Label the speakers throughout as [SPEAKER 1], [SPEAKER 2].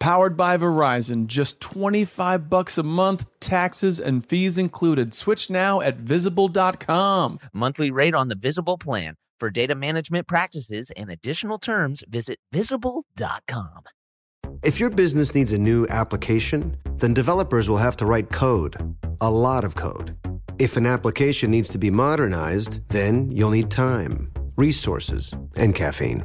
[SPEAKER 1] powered by Verizon. Just 25 bucks a month, taxes and fees included. Switch now at visible.com.
[SPEAKER 2] Monthly rate on the Visible plan. For data management practices and additional terms, visit visible.com.
[SPEAKER 3] If your business needs a new application, then developers will have to write code, a lot of code. If an application needs to be modernized, then you'll need time, resources, and caffeine.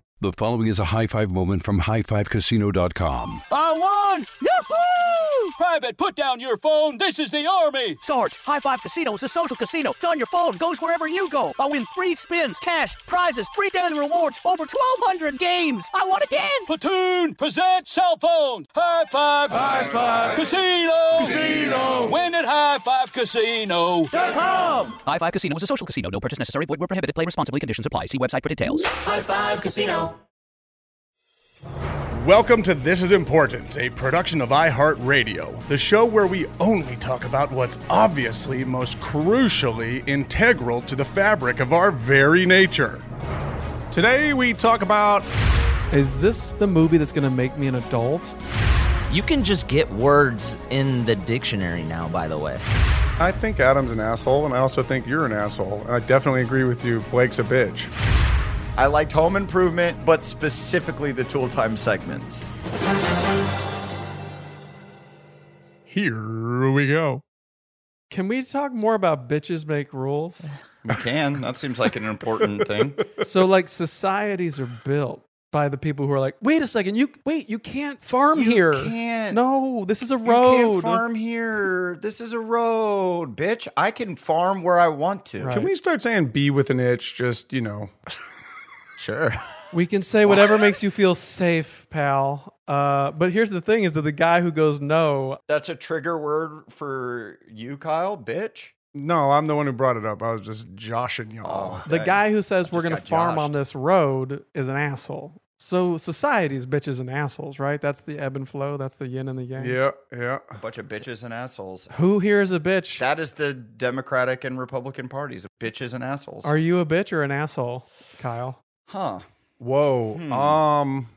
[SPEAKER 4] The following is a high five moment from highfivecasino.com.
[SPEAKER 5] I won! Yahoo! Private, put down your phone. This is the Army.
[SPEAKER 6] Sarge, High Five Casino is a social casino. It's on your phone, goes wherever you go. I win free spins, cash, prizes, free daily rewards, over 1,200 games. I won again!
[SPEAKER 5] Platoon, present cell phone. High five. High five. Casino. Casino. Win at High Five Casino.
[SPEAKER 6] High Five Casino is a social casino. No purchase necessary. Void where prohibited. Play responsibly. Conditions apply. See website for details.
[SPEAKER 7] Welcome to This Is Important, a production of iHeartRadio, the show where we only talk about what's obviously most crucially integral to the fabric of our very nature. Today we talk about
[SPEAKER 1] Is this the movie that's going to make me an adult?
[SPEAKER 2] You can just get words in the dictionary now, by the way.
[SPEAKER 7] I think Adam's an asshole, and I also think you're an asshole. And I definitely agree with you. Blake's a bitch.
[SPEAKER 8] I liked Home Improvement, but specifically the Tool Time segments.
[SPEAKER 7] Here we go.
[SPEAKER 1] Can we talk more about bitches make rules?
[SPEAKER 8] We can. That seems like an important thing.
[SPEAKER 1] so like societies are built by the people who are like, wait a second, you wait, you can't farm
[SPEAKER 8] You
[SPEAKER 1] here.
[SPEAKER 8] can't.
[SPEAKER 1] No, this is a road.
[SPEAKER 8] You can't farm here. This is a road, bitch. I can farm where I want to.
[SPEAKER 1] Right.
[SPEAKER 7] Can we start saying "be with an itch"? Just you know,
[SPEAKER 8] Sure.
[SPEAKER 1] We can say whatever makes you feel safe, pal. Uh, but here's the thing: is that the guy who goes no,
[SPEAKER 8] That's a trigger word for you, Kyle, bitch.
[SPEAKER 7] no, I'm the one who brought it up. I was just joshing y'all.
[SPEAKER 1] the
[SPEAKER 8] Oh, that-
[SPEAKER 1] guy who says we're
[SPEAKER 8] just
[SPEAKER 1] going to
[SPEAKER 8] got
[SPEAKER 1] farm on
[SPEAKER 8] joshed.
[SPEAKER 1] this road is an asshole. So society's bitches and assholes, right? That's the ebb and flow. That's the yin and the
[SPEAKER 8] Oh.
[SPEAKER 1] yang.
[SPEAKER 7] Yeah, yeah.
[SPEAKER 8] A bunch of bitches and assholes.
[SPEAKER 1] Who here is a bitch?
[SPEAKER 8] That is the Democratic and Republican parties. Bitches and assholes.
[SPEAKER 1] Are you a bitch or an asshole, Kyle?
[SPEAKER 8] huh.
[SPEAKER 7] Whoa.
[SPEAKER 8] Hmm.
[SPEAKER 7] Um,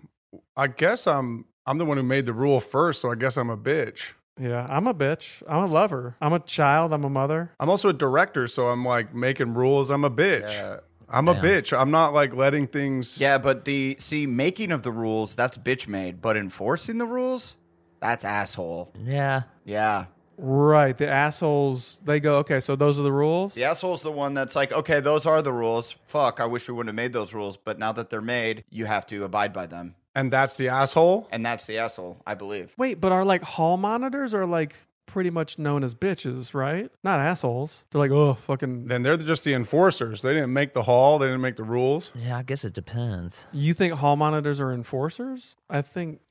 [SPEAKER 7] I guess I'm I'm the one who made the rule first, so I guess I'm a bitch.
[SPEAKER 1] Yeah, I'm a bitch. I'm a lover. I'm a child. I'm a mother.
[SPEAKER 7] I'm also a director, so I'm like making rules. I'm a bitch.
[SPEAKER 8] Yeah.
[SPEAKER 7] I'm a bitch. I'm not like letting things.
[SPEAKER 8] Yeah, but the see making of the rules that's bitch made, but enforcing the rules that's asshole.
[SPEAKER 2] Yeah.
[SPEAKER 8] Yeah,
[SPEAKER 1] Right. The assholes. They go. Okay. So those are the rules.
[SPEAKER 8] the asshole's the one that's like, okay, those are the rules. Fuck, I wish we wouldn't have made those rules, but now that they're made, you have to abide by them,
[SPEAKER 7] And that's the asshole.
[SPEAKER 8] and that's the asshole, I believe.
[SPEAKER 1] Wait, but our like hall monitors are like pretty much known as bitches, right? Not assholes. They're like, oh, fucking.
[SPEAKER 7] Then they're just the enforcers. They didn't make the hall. They didn't make the rules.
[SPEAKER 2] Yeah, I guess it depends.
[SPEAKER 1] You think hall monitors are enforcers? I think,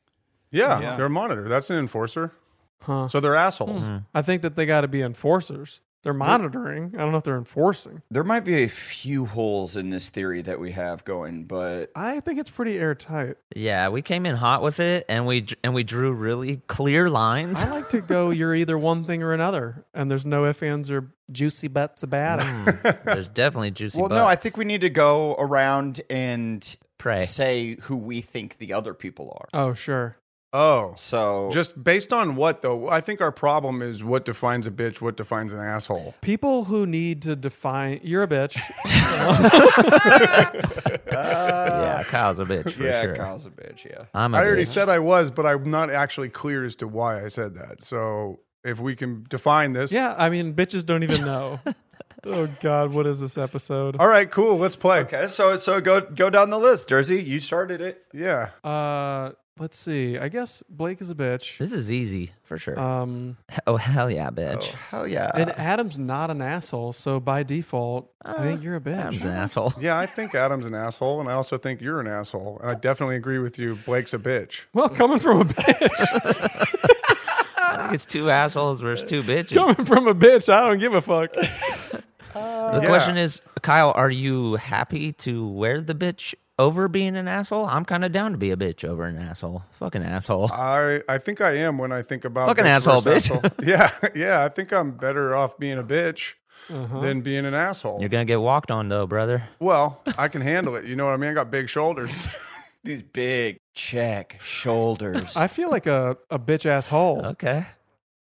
[SPEAKER 7] Yeah,
[SPEAKER 8] Yeah.
[SPEAKER 7] they're a monitor. That's an enforcer.
[SPEAKER 1] huh?
[SPEAKER 7] So they're assholes.
[SPEAKER 1] I think that they got to be enforcers. They're monitoring. I don't know if they're enforcing.
[SPEAKER 8] There might be a few holes in this theory that we have going, but
[SPEAKER 1] I think it's pretty airtight.
[SPEAKER 2] Yeah, we came in hot with it, and we and we drew really clear lines.
[SPEAKER 1] I like to go. You're either one thing or another, and there's no ifs, ands, or juicy butts about it.
[SPEAKER 2] Mm. There's definitely juicy.
[SPEAKER 8] well, no, I think we need to go around and
[SPEAKER 2] pray.
[SPEAKER 8] say who we think the other people are.
[SPEAKER 1] oh, sure.
[SPEAKER 7] Oh.
[SPEAKER 8] So
[SPEAKER 7] Just based on what though? I think our problem is what defines a bitch, what defines an asshole.
[SPEAKER 1] People who need to define. You're a bitch.
[SPEAKER 2] yeah, Kyle's a bitch for
[SPEAKER 8] uh, yeah,
[SPEAKER 2] sure.
[SPEAKER 8] Kyle's a bitch. Yeah.
[SPEAKER 2] I'm a
[SPEAKER 7] I already
[SPEAKER 2] bitch.
[SPEAKER 7] said I was, but I'm not actually clear as to why I said that. So if we can define this,
[SPEAKER 1] yeah, I mean, bitches don't even know. oh God, what is this episode?
[SPEAKER 7] All right, cool. Let's play.
[SPEAKER 8] Okay, so so go go down the list, Jersey. You started it.
[SPEAKER 7] Yeah.
[SPEAKER 1] Uh, let's see. I guess Blake is a bitch.
[SPEAKER 2] This is easy for sure.
[SPEAKER 1] Um,
[SPEAKER 2] oh hell yeah, bitch!
[SPEAKER 8] Uh, Hell yeah.
[SPEAKER 1] and Adam's not an asshole, so by default, I think you're a bitch.
[SPEAKER 2] Adam's an asshole.
[SPEAKER 7] Yeah, I think Adam's an asshole, and I also think you're an asshole. And I definitely agree with you. Blake's a bitch.
[SPEAKER 1] Well, coming from a bitch,
[SPEAKER 2] It's two assholes versus two bitches.
[SPEAKER 1] coming from a bitch, I don't give a fuck.
[SPEAKER 2] The question is, Kyle, are you happy to wear the bitch over being an asshole? I'm kind of down to be a bitch over an asshole. Fucking asshole.
[SPEAKER 8] Uh,
[SPEAKER 7] I, I think I am when I think about
[SPEAKER 2] Fucking asshole,
[SPEAKER 7] versus
[SPEAKER 2] bitch.
[SPEAKER 7] asshole. yeah, yeah. I think I'm better off being a bitch
[SPEAKER 1] Uh-huh.
[SPEAKER 7] than being an asshole.
[SPEAKER 2] You're gonna get walked on though, brother.
[SPEAKER 7] well, I can handle it. You know what I mean? I got big shoulders.
[SPEAKER 8] These big check shoulders.
[SPEAKER 1] I feel like a a bitch ass
[SPEAKER 8] Oh.
[SPEAKER 1] hole.
[SPEAKER 2] Okay.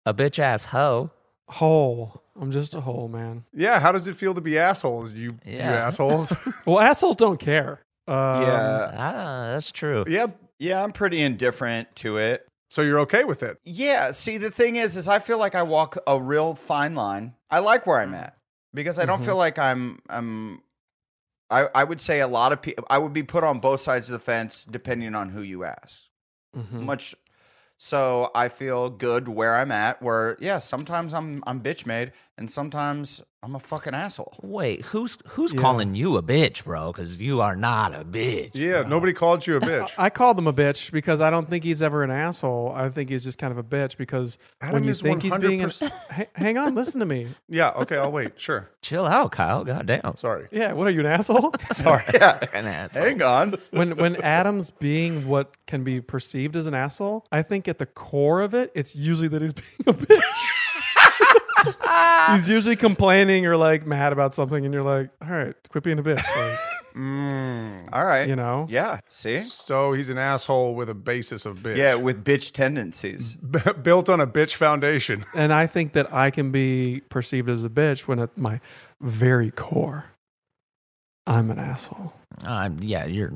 [SPEAKER 2] A bitch ass hoe.
[SPEAKER 1] Hole. I'm just a hole, man.
[SPEAKER 7] yeah. How does it feel to be assholes? You you
[SPEAKER 2] Yeah.
[SPEAKER 7] assholes.
[SPEAKER 1] Well, assholes don't care. Um,
[SPEAKER 8] yeah.
[SPEAKER 2] Ah, that's true.
[SPEAKER 7] yeah.
[SPEAKER 8] Uh. Yeah, I'm pretty indifferent to it.
[SPEAKER 7] So you're okay with it?
[SPEAKER 8] Yeah. See, the thing is, is I feel like I walk a real fine line. I like where I'm at because I don't feel like I'm. I'm. I, I would say a lot of people. I would be put on both sides of the fence depending on who you ask.
[SPEAKER 1] mm-hmm. Hmm.
[SPEAKER 8] Much. So I feel good where I'm at. Where yeah, sometimes I'm I'm bitch made, and sometimes I'm a fucking asshole.
[SPEAKER 2] Wait, who's who's calling you a bitch, bro? Because you are not a bitch.
[SPEAKER 7] Yeah. Nobody called you a bitch.
[SPEAKER 1] I called him a bitch because I don't think he's ever an asshole. I think he's just kind of a bitch because when
[SPEAKER 7] Adam
[SPEAKER 1] you
[SPEAKER 7] is
[SPEAKER 1] think he's being an,
[SPEAKER 7] 100%
[SPEAKER 1] Ha- hang on, listen to me.
[SPEAKER 7] yeah. Okay. I'll wait. Sure.
[SPEAKER 2] Chill out, Kyle. Goddamn.
[SPEAKER 7] Sorry.
[SPEAKER 1] Yeah, what are you an asshole?
[SPEAKER 8] Sorry. Yeah.
[SPEAKER 2] An asshole.
[SPEAKER 8] Hang on.
[SPEAKER 1] when when Adam's being what can be perceived as an asshole, I think at the core of it, it's usually that he's being a bitch. he's usually complaining or like mad about something, and you're like, "All right, quit being a bitch." Like,
[SPEAKER 8] Mm, All right.
[SPEAKER 1] you know,
[SPEAKER 8] Yeah. See.
[SPEAKER 7] So he's an asshole with a basis of bitch.
[SPEAKER 8] Yeah, with bitch tendencies.
[SPEAKER 7] B- built on a bitch foundation.
[SPEAKER 1] and I think that I can be perceived as a bitch when at my very core, I'm an asshole.
[SPEAKER 2] Um, yeah, you're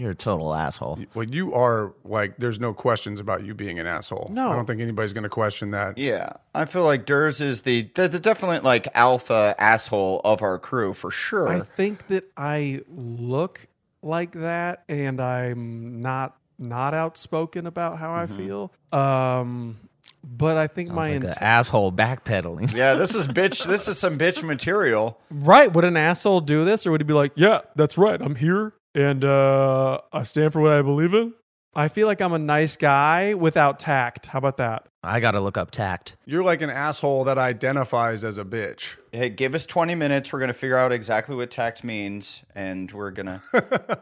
[SPEAKER 2] you're a total asshole.
[SPEAKER 7] Well, you are like, there's no questions about you being an asshole.
[SPEAKER 1] No.
[SPEAKER 7] I don't think anybody's going to question that.
[SPEAKER 8] Yeah, I feel like Durs is the the, the definite like alpha asshole of our crew for sure.
[SPEAKER 1] I think that I look like that and I'm not not outspoken about how I feel. Um but I think my
[SPEAKER 2] Mm-hmm. Like an
[SPEAKER 1] int-
[SPEAKER 2] asshole backpedaling.
[SPEAKER 8] yeah, this is bitch. This is some bitch material.
[SPEAKER 1] right would an asshole do this or would he be like, "Yeah, that's right. I'm here and uh I stand for what I believe in." I feel like I'm a nice guy without tact. How about that?
[SPEAKER 2] I gotta look up tact.
[SPEAKER 7] You're like an asshole that identifies as a bitch.
[SPEAKER 8] Hey, give us twenty minutes. We're gonna figure out exactly what tact means, and we're gonna.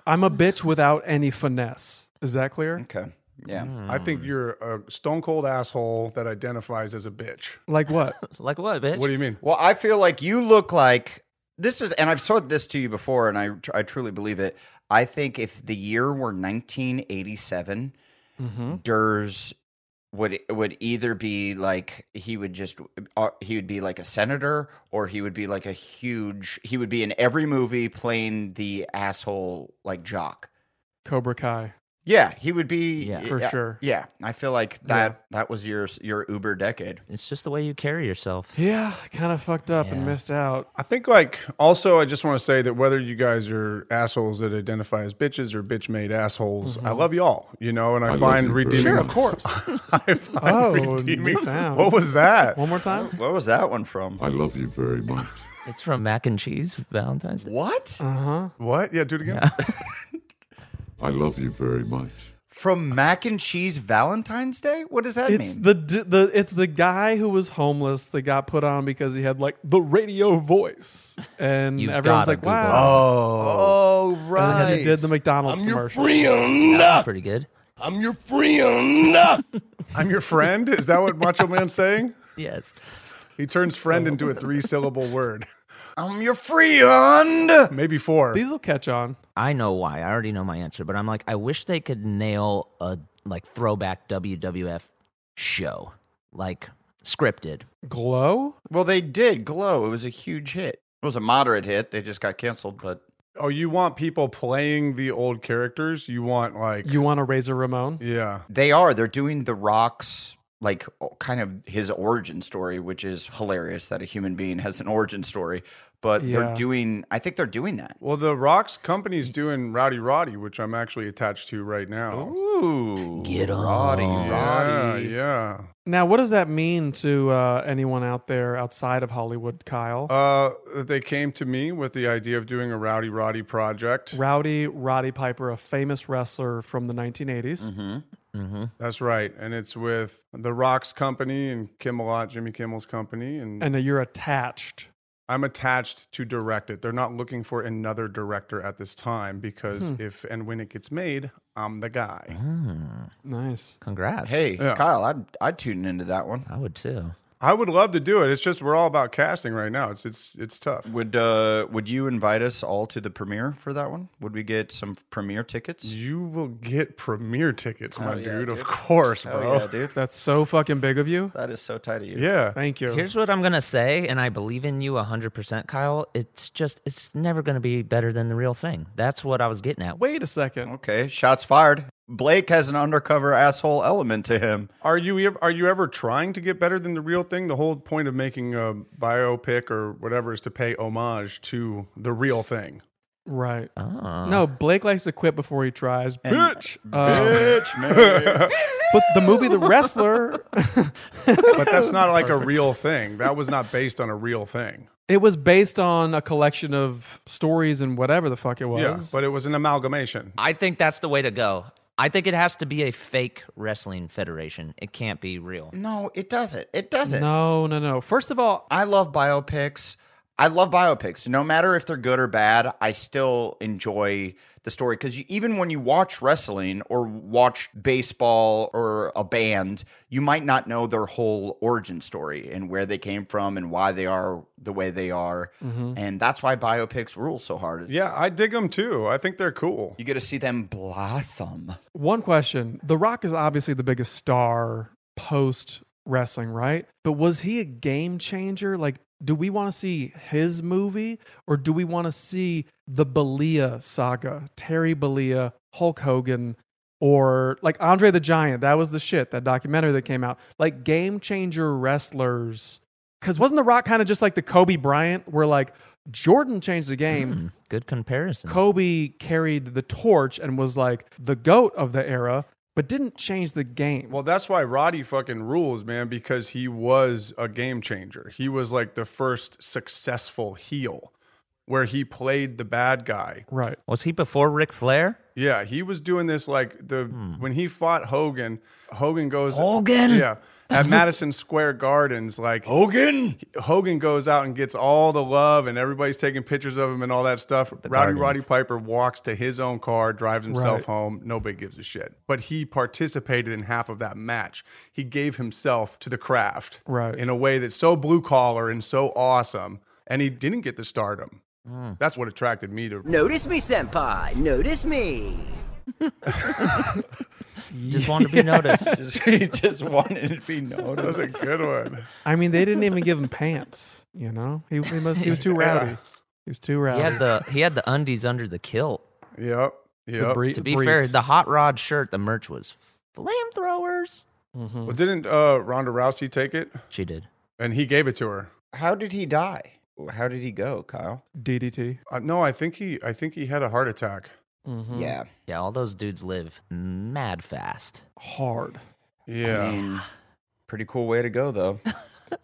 [SPEAKER 1] I'm a bitch without any finesse. Is that
[SPEAKER 2] Mm.
[SPEAKER 1] clear?
[SPEAKER 8] Okay. Yeah.
[SPEAKER 7] I think you're a stone cold asshole that identifies as a bitch.
[SPEAKER 1] Like what?
[SPEAKER 2] Like what, bitch?
[SPEAKER 7] What do you mean?
[SPEAKER 8] Well, I feel like you look like this is, and I've said this to you before, and I tr- I truly believe it. I think if the year were 1987,
[SPEAKER 1] Hmm?
[SPEAKER 2] Mm-hmm.
[SPEAKER 8] Durs would e, would either be like he would just uh, he would be like a senator, or he would be like a huge he would be in every movie playing the asshole like jock.
[SPEAKER 1] Cobra Kai.
[SPEAKER 8] Yeah, he would be
[SPEAKER 2] Yeah.
[SPEAKER 1] For sure.
[SPEAKER 8] Yeah, I feel like that that was your your Uber decade.
[SPEAKER 2] It's just the way you carry yourself.
[SPEAKER 1] Yeah, kind of fucked up and
[SPEAKER 2] Yeah.
[SPEAKER 1] missed out.
[SPEAKER 7] I think, like, also, I just want to say that whether you guys are assholes that identify as bitches or bitch made assholes, I love y'all, you know, and I, find redeeming.
[SPEAKER 1] Mm-hmm. Sure, of course.
[SPEAKER 7] I find
[SPEAKER 1] Oh,
[SPEAKER 7] redeeming.
[SPEAKER 1] new sound.
[SPEAKER 7] What was that?
[SPEAKER 1] One more time.
[SPEAKER 8] Where was that one from?
[SPEAKER 2] It's from Mac and Cheese Valentine's Day.
[SPEAKER 8] What?
[SPEAKER 1] Uh.
[SPEAKER 7] What? Yeah, do it again.
[SPEAKER 8] From mac and cheese Valentine's Day? What does that
[SPEAKER 1] It's
[SPEAKER 8] mean?
[SPEAKER 1] the d- the it's the guy who was homeless that got put on because he had like the radio voice, and
[SPEAKER 2] You
[SPEAKER 1] everyone's
[SPEAKER 2] gotta
[SPEAKER 1] like,
[SPEAKER 2] Google
[SPEAKER 1] "Wow!"
[SPEAKER 8] oh,
[SPEAKER 1] and
[SPEAKER 8] right.
[SPEAKER 1] then he did the McDonald's commercial.
[SPEAKER 2] That was pretty good.
[SPEAKER 7] I'm your friend. Is that what Macho Man's saying?
[SPEAKER 2] Yes.
[SPEAKER 7] He turns friend into a three syllable word,
[SPEAKER 8] I'm your friend.
[SPEAKER 7] maybe four.
[SPEAKER 1] These will catch on.
[SPEAKER 2] I know why. I already know my answer, but I'm like, I wish they could nail a like throwback WWF show, like scripted.
[SPEAKER 1] Glow?
[SPEAKER 8] Well, they did Glow. It was a huge hit. It was a moderate hit. They just got canceled, but
[SPEAKER 7] Oh, you want people playing the old characters? You want like
[SPEAKER 1] You want a Razor Ramon?
[SPEAKER 7] yeah.
[SPEAKER 8] they are. They're doing The Rock's like kind of his origin story, which is hilarious that a human being has an origin story. But
[SPEAKER 1] Yeah.
[SPEAKER 8] they're doing. I think they're doing that.
[SPEAKER 7] Well, the Rock's company's doing Rowdy Roddy, which I'm actually attached to right now.
[SPEAKER 8] Ooh,
[SPEAKER 2] Get
[SPEAKER 8] Roddy,
[SPEAKER 2] on.
[SPEAKER 8] Roddy.
[SPEAKER 7] Yeah,
[SPEAKER 1] Now, what does that mean to uh, anyone out there outside of Hollywood, Kyle?
[SPEAKER 7] yeah. Uh, they came to me with the idea of doing a Rowdy Roddy project.
[SPEAKER 1] Rowdy Roddy Piper, a famous wrestler from the 1980s.
[SPEAKER 8] Mm-hmm.
[SPEAKER 7] That's right, and it's with the Rock's company and Kimmelot, Jimmy Kimmel's company, and,
[SPEAKER 1] And uh, you're attached.
[SPEAKER 7] I'm attached to direct it. They're not looking for another director at this time because if and when it gets made, I'm the guy.
[SPEAKER 1] Nice.
[SPEAKER 2] Congrats.
[SPEAKER 8] Hey,
[SPEAKER 7] Yeah.
[SPEAKER 8] Kyle, I'd I'd tune into that one.
[SPEAKER 2] I would too.
[SPEAKER 7] I would love to do it. It's just we're all about casting right now. It's it's it's tough.
[SPEAKER 8] Would uh would you invite us all to the premiere for that one? Would we get some premiere tickets?
[SPEAKER 7] You will get premiere tickets, my
[SPEAKER 8] Oh, yeah,
[SPEAKER 7] dude. Of
[SPEAKER 8] dude.
[SPEAKER 7] course,
[SPEAKER 8] Hell
[SPEAKER 7] bro.
[SPEAKER 8] Oh, yeah, dude.
[SPEAKER 1] That's so fucking big of you.
[SPEAKER 8] That is so tight of you.
[SPEAKER 7] Yeah.
[SPEAKER 1] Thank you.
[SPEAKER 2] Here's what I'm going to say, and I believe in you 100%, Kyle. It's just, it's never going to be better than the real thing. That's what I was getting at.
[SPEAKER 1] Wait a second.
[SPEAKER 8] Okay, shots fired. Blake has an undercover asshole element to him.
[SPEAKER 7] Are you ev- are you ever trying to get better than the real thing? The whole point of making a biopic or whatever is to pay homage to the real thing.
[SPEAKER 1] Right.
[SPEAKER 2] Oh.
[SPEAKER 1] No,
[SPEAKER 7] Uh-huh.
[SPEAKER 1] Blake likes to quit before he tries.
[SPEAKER 8] And-
[SPEAKER 1] Bitch. Uh,
[SPEAKER 8] Bitch, man.
[SPEAKER 1] but the movie The Wrestler,
[SPEAKER 7] But that's not like a real thing. That was not based on a real thing.
[SPEAKER 1] it was based on a collection of stories and whatever the fuck it was.
[SPEAKER 7] Yeah, but it was an amalgamation.
[SPEAKER 2] I think that's the way to go. I think it has to be a fake wrestling federation. It can't be real.
[SPEAKER 8] no, it doesn't. It doesn't.
[SPEAKER 1] no, no, no. First of all,
[SPEAKER 8] I love biopics. I love biopics. No matter if they're good or bad, I still enjoy the story because even when you watch wrestling or watch baseball or a band, you might not know their whole origin story and where they came from and why they are the way they are.
[SPEAKER 7] Mm-hmm.
[SPEAKER 1] Mm-hmm.
[SPEAKER 8] And that's why biopics rule so hard.
[SPEAKER 7] Yeah, I dig them too. I think they're cool.
[SPEAKER 8] You get to see them blossom.
[SPEAKER 1] One question. The Rock is obviously the biggest star post wrestling, right? But was he a game changer? Like, do we want to see his movie or do we want to see the Belia saga? Terry Belia, Hulk Hogan, or like Andre the Giant. That was the shit, that documentary that came out. Like, game changer wrestlers. Because wasn't The Rock kind of just like the Kobe Bryant, where like Jordan changed the game?
[SPEAKER 2] Hmm, good comparison.
[SPEAKER 1] Kobe carried the torch and was like the goat of the era, but didn't change the game.
[SPEAKER 7] Well, that's why Roddy fucking rules, man, because he was a game changer. He was like the first successful heel where he played the bad guy.
[SPEAKER 1] right.
[SPEAKER 2] Was he before Ric Flair?
[SPEAKER 7] Yeah, he was doing this like the
[SPEAKER 1] Hmm.
[SPEAKER 7] when he fought Hogan, Hogan goes
[SPEAKER 2] Hogan?
[SPEAKER 7] Yeah. At Madison Square Gardens, like
[SPEAKER 8] Oh. Hogan?
[SPEAKER 7] Hogan goes out and gets all the love, and everybody's taking pictures of him and all that stuff. Rowdy
[SPEAKER 2] Guardians.
[SPEAKER 7] Roddy Piper walks to his own car, drives himself
[SPEAKER 1] Right.
[SPEAKER 7] home. Nobody gives a shit. But he participated in half of that match. He gave himself to the craft
[SPEAKER 1] Right.
[SPEAKER 7] in a way that's so blue collar and so awesome. And he didn't get the stardom.
[SPEAKER 1] Hmm.
[SPEAKER 7] That's what attracted me to.
[SPEAKER 3] Notice me, Senpai. Notice me.
[SPEAKER 2] Just wanted to be noticed.
[SPEAKER 8] Just, he just wanted to be
[SPEAKER 7] That was
[SPEAKER 8] noticed.
[SPEAKER 7] a good one.
[SPEAKER 1] I mean, they didn't even give him pants. You know, he, he must. He was too rowdy. He was too
[SPEAKER 2] He
[SPEAKER 1] rowdy.
[SPEAKER 2] had the he had the undies under the kilt.
[SPEAKER 7] Yep. Yep.
[SPEAKER 1] Brie-
[SPEAKER 2] To be
[SPEAKER 1] briefs.
[SPEAKER 2] fair, the hot rod shirt, the merch was flamethrowers.
[SPEAKER 1] Mm-hmm.
[SPEAKER 2] Mm-hmm.
[SPEAKER 7] Well, didn't uh, Ronda Rousey take it?
[SPEAKER 2] She did.
[SPEAKER 7] And he gave it to her.
[SPEAKER 8] How did he die? How did he go, Kyle?
[SPEAKER 1] DDT.
[SPEAKER 7] Uh, no, I think he. I think he had a heart attack.
[SPEAKER 2] Mm-hmm.
[SPEAKER 8] Yeah.
[SPEAKER 2] Yeah, all those dudes live mad fast.
[SPEAKER 1] Hard.
[SPEAKER 7] Yeah.
[SPEAKER 8] I mean, pretty cool way to go, though.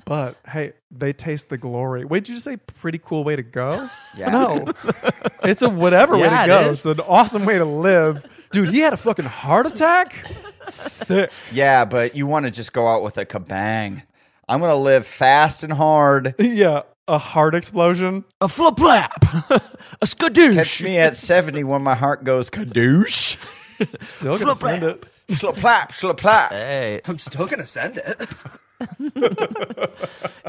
[SPEAKER 1] But hey, they taste the glory. Wait, did you say pretty cool way to go?
[SPEAKER 8] Yeah.
[SPEAKER 1] No. it's a whatever way
[SPEAKER 2] Yeah,
[SPEAKER 1] to
[SPEAKER 2] it
[SPEAKER 1] go.
[SPEAKER 2] is.
[SPEAKER 1] It's an awesome way to live. Dude, he had a fucking heart attack? Sick.
[SPEAKER 8] Yeah, but you want to just go out with a kabang. I'm going to live fast and hard.
[SPEAKER 1] Yeah. A heart explosion.
[SPEAKER 2] A flip flap, a skadoosh.
[SPEAKER 8] Catch me at 70 when my heart goes kadoosh.
[SPEAKER 1] Still gonna send it.
[SPEAKER 8] Slaplap, slaplap.
[SPEAKER 2] Hey,
[SPEAKER 8] I'm still gonna send it.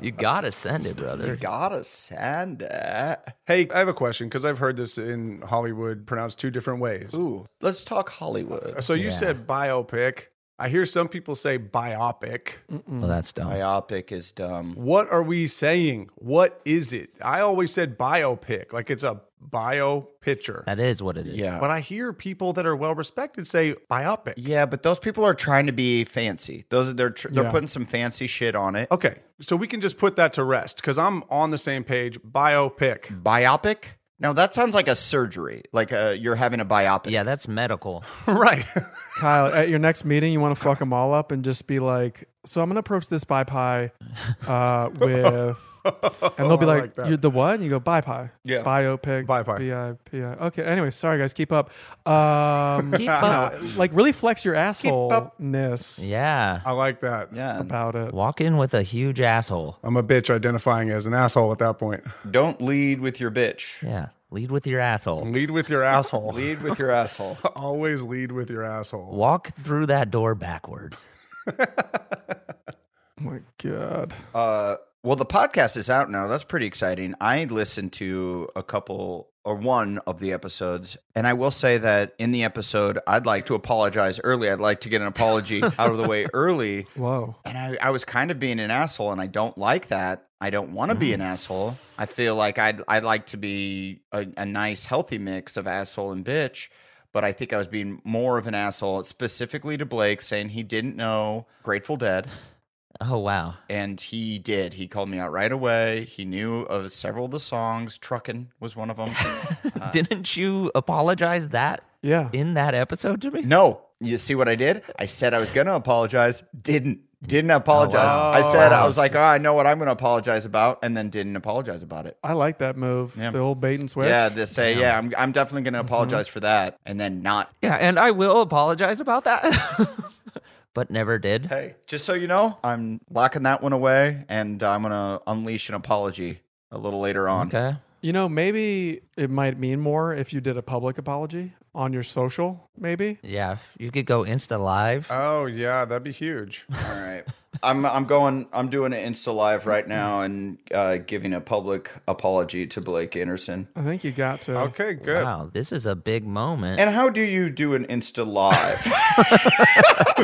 [SPEAKER 2] you gotta send it, brother.
[SPEAKER 8] You gotta send it.
[SPEAKER 7] Hey, I have a question because I've heard this in Hollywood pronounced two different ways.
[SPEAKER 8] Ooh, let's talk Hollywood.
[SPEAKER 7] So you
[SPEAKER 2] Yeah.
[SPEAKER 7] said biopic. I hear some people say biopic.
[SPEAKER 2] Well, that's dumb.
[SPEAKER 8] Biopic is dumb.
[SPEAKER 7] What are we saying? What is it? I always said biopic, like it's a bio picture.
[SPEAKER 2] That is what it is.
[SPEAKER 8] Yeah.
[SPEAKER 7] But I hear people that are well respected say biopic.
[SPEAKER 8] Yeah, but those people are trying to be fancy. Those are they're tr- they're
[SPEAKER 1] Yeah.
[SPEAKER 8] putting some fancy shit on it.
[SPEAKER 7] Okay, so we can just put that to rest because I'm on the same page. Biopic.
[SPEAKER 8] Biopic. Now that sounds like a surgery. Like uh you're having a biopic.
[SPEAKER 2] Yeah, that's medical.
[SPEAKER 7] right.
[SPEAKER 1] Kyle, at your next meeting, you want to fuck them all up and just be like, "So I'm gonna approach this bi pie uh, with," and they'll be
[SPEAKER 7] Oh, I
[SPEAKER 1] like,
[SPEAKER 7] like that.
[SPEAKER 1] "You're the what?" And you go, "Bi pie."
[SPEAKER 7] Yeah.
[SPEAKER 1] Biopic.
[SPEAKER 7] Bi pie.
[SPEAKER 1] B-I-P-I. Okay. Anyway, sorry guys, keep up. Um,
[SPEAKER 2] Keep up.
[SPEAKER 1] like really flex your assholeness
[SPEAKER 2] Yeah.
[SPEAKER 7] I like that.
[SPEAKER 8] Yeah.
[SPEAKER 1] about it.
[SPEAKER 2] Walk in with a huge asshole.
[SPEAKER 7] I'm a bitch identifying as an asshole at that point.
[SPEAKER 8] Don't lead with your bitch.
[SPEAKER 2] Yeah. Lead with your asshole.
[SPEAKER 7] Lead with your asshole.
[SPEAKER 8] Lead with your asshole.
[SPEAKER 7] Always lead with your asshole.
[SPEAKER 2] Walk through that door backwards.
[SPEAKER 1] Oh my god.
[SPEAKER 8] Uh, well, the podcast is out now. That's pretty exciting. I listened to a couple or one of the episodes, and I will say that in the episode, I'd like to apologize early. I'd like to get an apology out of the way early.
[SPEAKER 1] Whoa.
[SPEAKER 8] And I, I was kind of being an asshole, and I don't like that. I don't want to be an asshole. I feel like I'd I'd like to be a, a nice, healthy mix of asshole and bitch. But I think I was being more of an asshole, specifically to Blake, saying he didn't know Grateful Dead
[SPEAKER 2] Oh, wow.
[SPEAKER 8] and he did. He called me out right away. He knew of several of the songs. Truckin' was one of them. Uh,
[SPEAKER 2] Didn't you apologize that
[SPEAKER 1] Yeah.
[SPEAKER 2] in that episode to me?
[SPEAKER 8] no, you see what I did? I said I was gonna apologize. Didn't. Didn't apologize. I said I was like, oh, I know what I'm gonna apologize about, and then didn't apologize about it.
[SPEAKER 1] I like that move.
[SPEAKER 8] Yeah.
[SPEAKER 1] The old bait and switch.
[SPEAKER 8] Yeah, they say, yeah, I'm, I'm definitely
[SPEAKER 2] Mm-hmm.
[SPEAKER 8] gonna apologize for that, and then not.
[SPEAKER 2] Yeah, and I will apologize about that, but never did.
[SPEAKER 8] Hey, just so you know, I'm locking that one away, and I'm gonna unleash an apology a little later on.
[SPEAKER 2] Okay.
[SPEAKER 1] You know, maybe it might mean more if you did a public apology on your social, maybe.
[SPEAKER 2] Yeah, you could go Insta Live.
[SPEAKER 7] Oh yeah, that'd be huge.
[SPEAKER 8] All right. I'm I'm going I'm doing an Insta live right now and uh, giving a public apology to Blake Anderson.
[SPEAKER 1] I think you got to.
[SPEAKER 7] Okay, good.
[SPEAKER 2] wow, this is a big moment.
[SPEAKER 8] And how do you do an Insta live?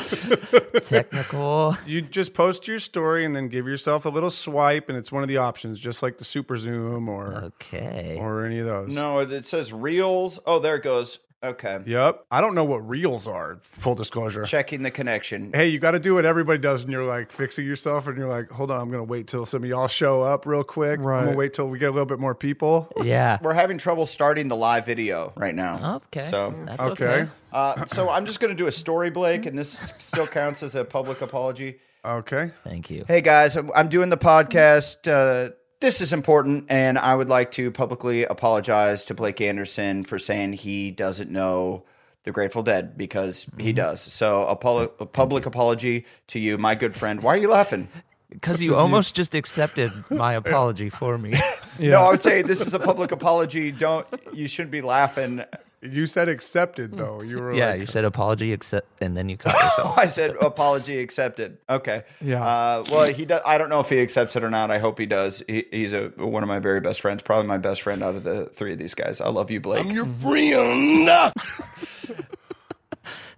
[SPEAKER 2] Technical.
[SPEAKER 7] You just post your story and then give yourself a little swipe, and it's one of the options, just like the super zoom or
[SPEAKER 2] Okay.
[SPEAKER 7] or any of those.
[SPEAKER 8] no, it it says reels. Oh, there it goes. Okay.
[SPEAKER 7] Yep. I don't know what reels are. Full disclosure.
[SPEAKER 8] Checking the connection.
[SPEAKER 7] Hey, you got to do what everybody does, and you're like fixing yourself, and you're like, hold on, I'm gonna wait till some of y'all show up real quick. I'm
[SPEAKER 1] Right.
[SPEAKER 7] gonna wait till we get a little bit more people.
[SPEAKER 2] Yeah.
[SPEAKER 8] We're having trouble starting the live video right now.
[SPEAKER 2] Okay.
[SPEAKER 8] So
[SPEAKER 2] That's
[SPEAKER 7] okay.
[SPEAKER 2] okay.
[SPEAKER 8] uh, so I'm just gonna do a story, Blake, and this still counts as a public apology.
[SPEAKER 7] Okay.
[SPEAKER 2] Thank you.
[SPEAKER 8] Hey guys, I'm I'm doing the podcast. Uh, this is important, and I would like to publicly apologize to Blake Anderson for saying he doesn't know the Grateful Dead because he does. So, a, pol- a public apology to you, my good friend. Why are you laughing?
[SPEAKER 2] Because you almost just accepted my apology for me.
[SPEAKER 8] No, I would say this is a public apology. Don't you shouldn't be laughing.
[SPEAKER 7] You said accepted
[SPEAKER 1] Hmm.
[SPEAKER 7] though. You were
[SPEAKER 2] yeah,
[SPEAKER 7] like,
[SPEAKER 2] you said apology, accept, and then you cut yourself.
[SPEAKER 8] Oh, I said apology accepted. Okay.
[SPEAKER 1] Yeah.
[SPEAKER 8] Uh, well, he. does. I don't know if he accepts it or not. I hope he does. He, he's a one of my very best friends. Probably my best friend out of the three of these guys. I love you, Blake.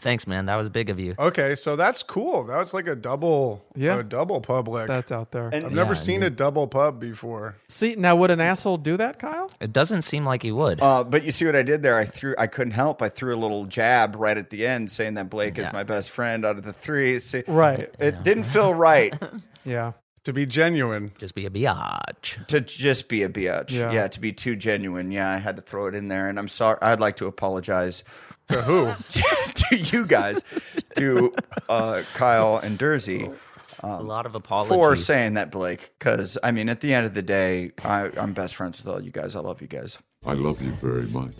[SPEAKER 2] Thanks, man. That was big of you.
[SPEAKER 8] Uh,
[SPEAKER 7] okay, so that's cool. That was like a double,
[SPEAKER 1] Yeah.
[SPEAKER 7] a double public.
[SPEAKER 1] That's out there.
[SPEAKER 7] I've never
[SPEAKER 2] Yeah,
[SPEAKER 7] seen a double pub before.
[SPEAKER 1] See, now would an asshole do that, Kyle?
[SPEAKER 2] It doesn't seem like you would.
[SPEAKER 8] Uh, but you see what I did there? I threw. I couldn't help. I threw a little jab right at the end, saying that Blake is my best friend out of the three. See,
[SPEAKER 1] Right.
[SPEAKER 8] It didn't feel right
[SPEAKER 1] Yeah.
[SPEAKER 7] To be genuine,
[SPEAKER 2] just be a biatch.
[SPEAKER 8] to just be a bitch.
[SPEAKER 1] Yeah.
[SPEAKER 8] Yeah. to be too genuine. Yeah, I had to throw it in there, and I'm sorry. I'd like to apologize
[SPEAKER 7] to who?
[SPEAKER 8] to you guys, to uh, Kyle and Dersey. uh,
[SPEAKER 2] a lot of
[SPEAKER 8] For
[SPEAKER 2] apologies.
[SPEAKER 8] saying that, Blake, because I mean, at the end of the day, I, I'm best friends with all you guys. I love you guys.
[SPEAKER 9] I love you very much.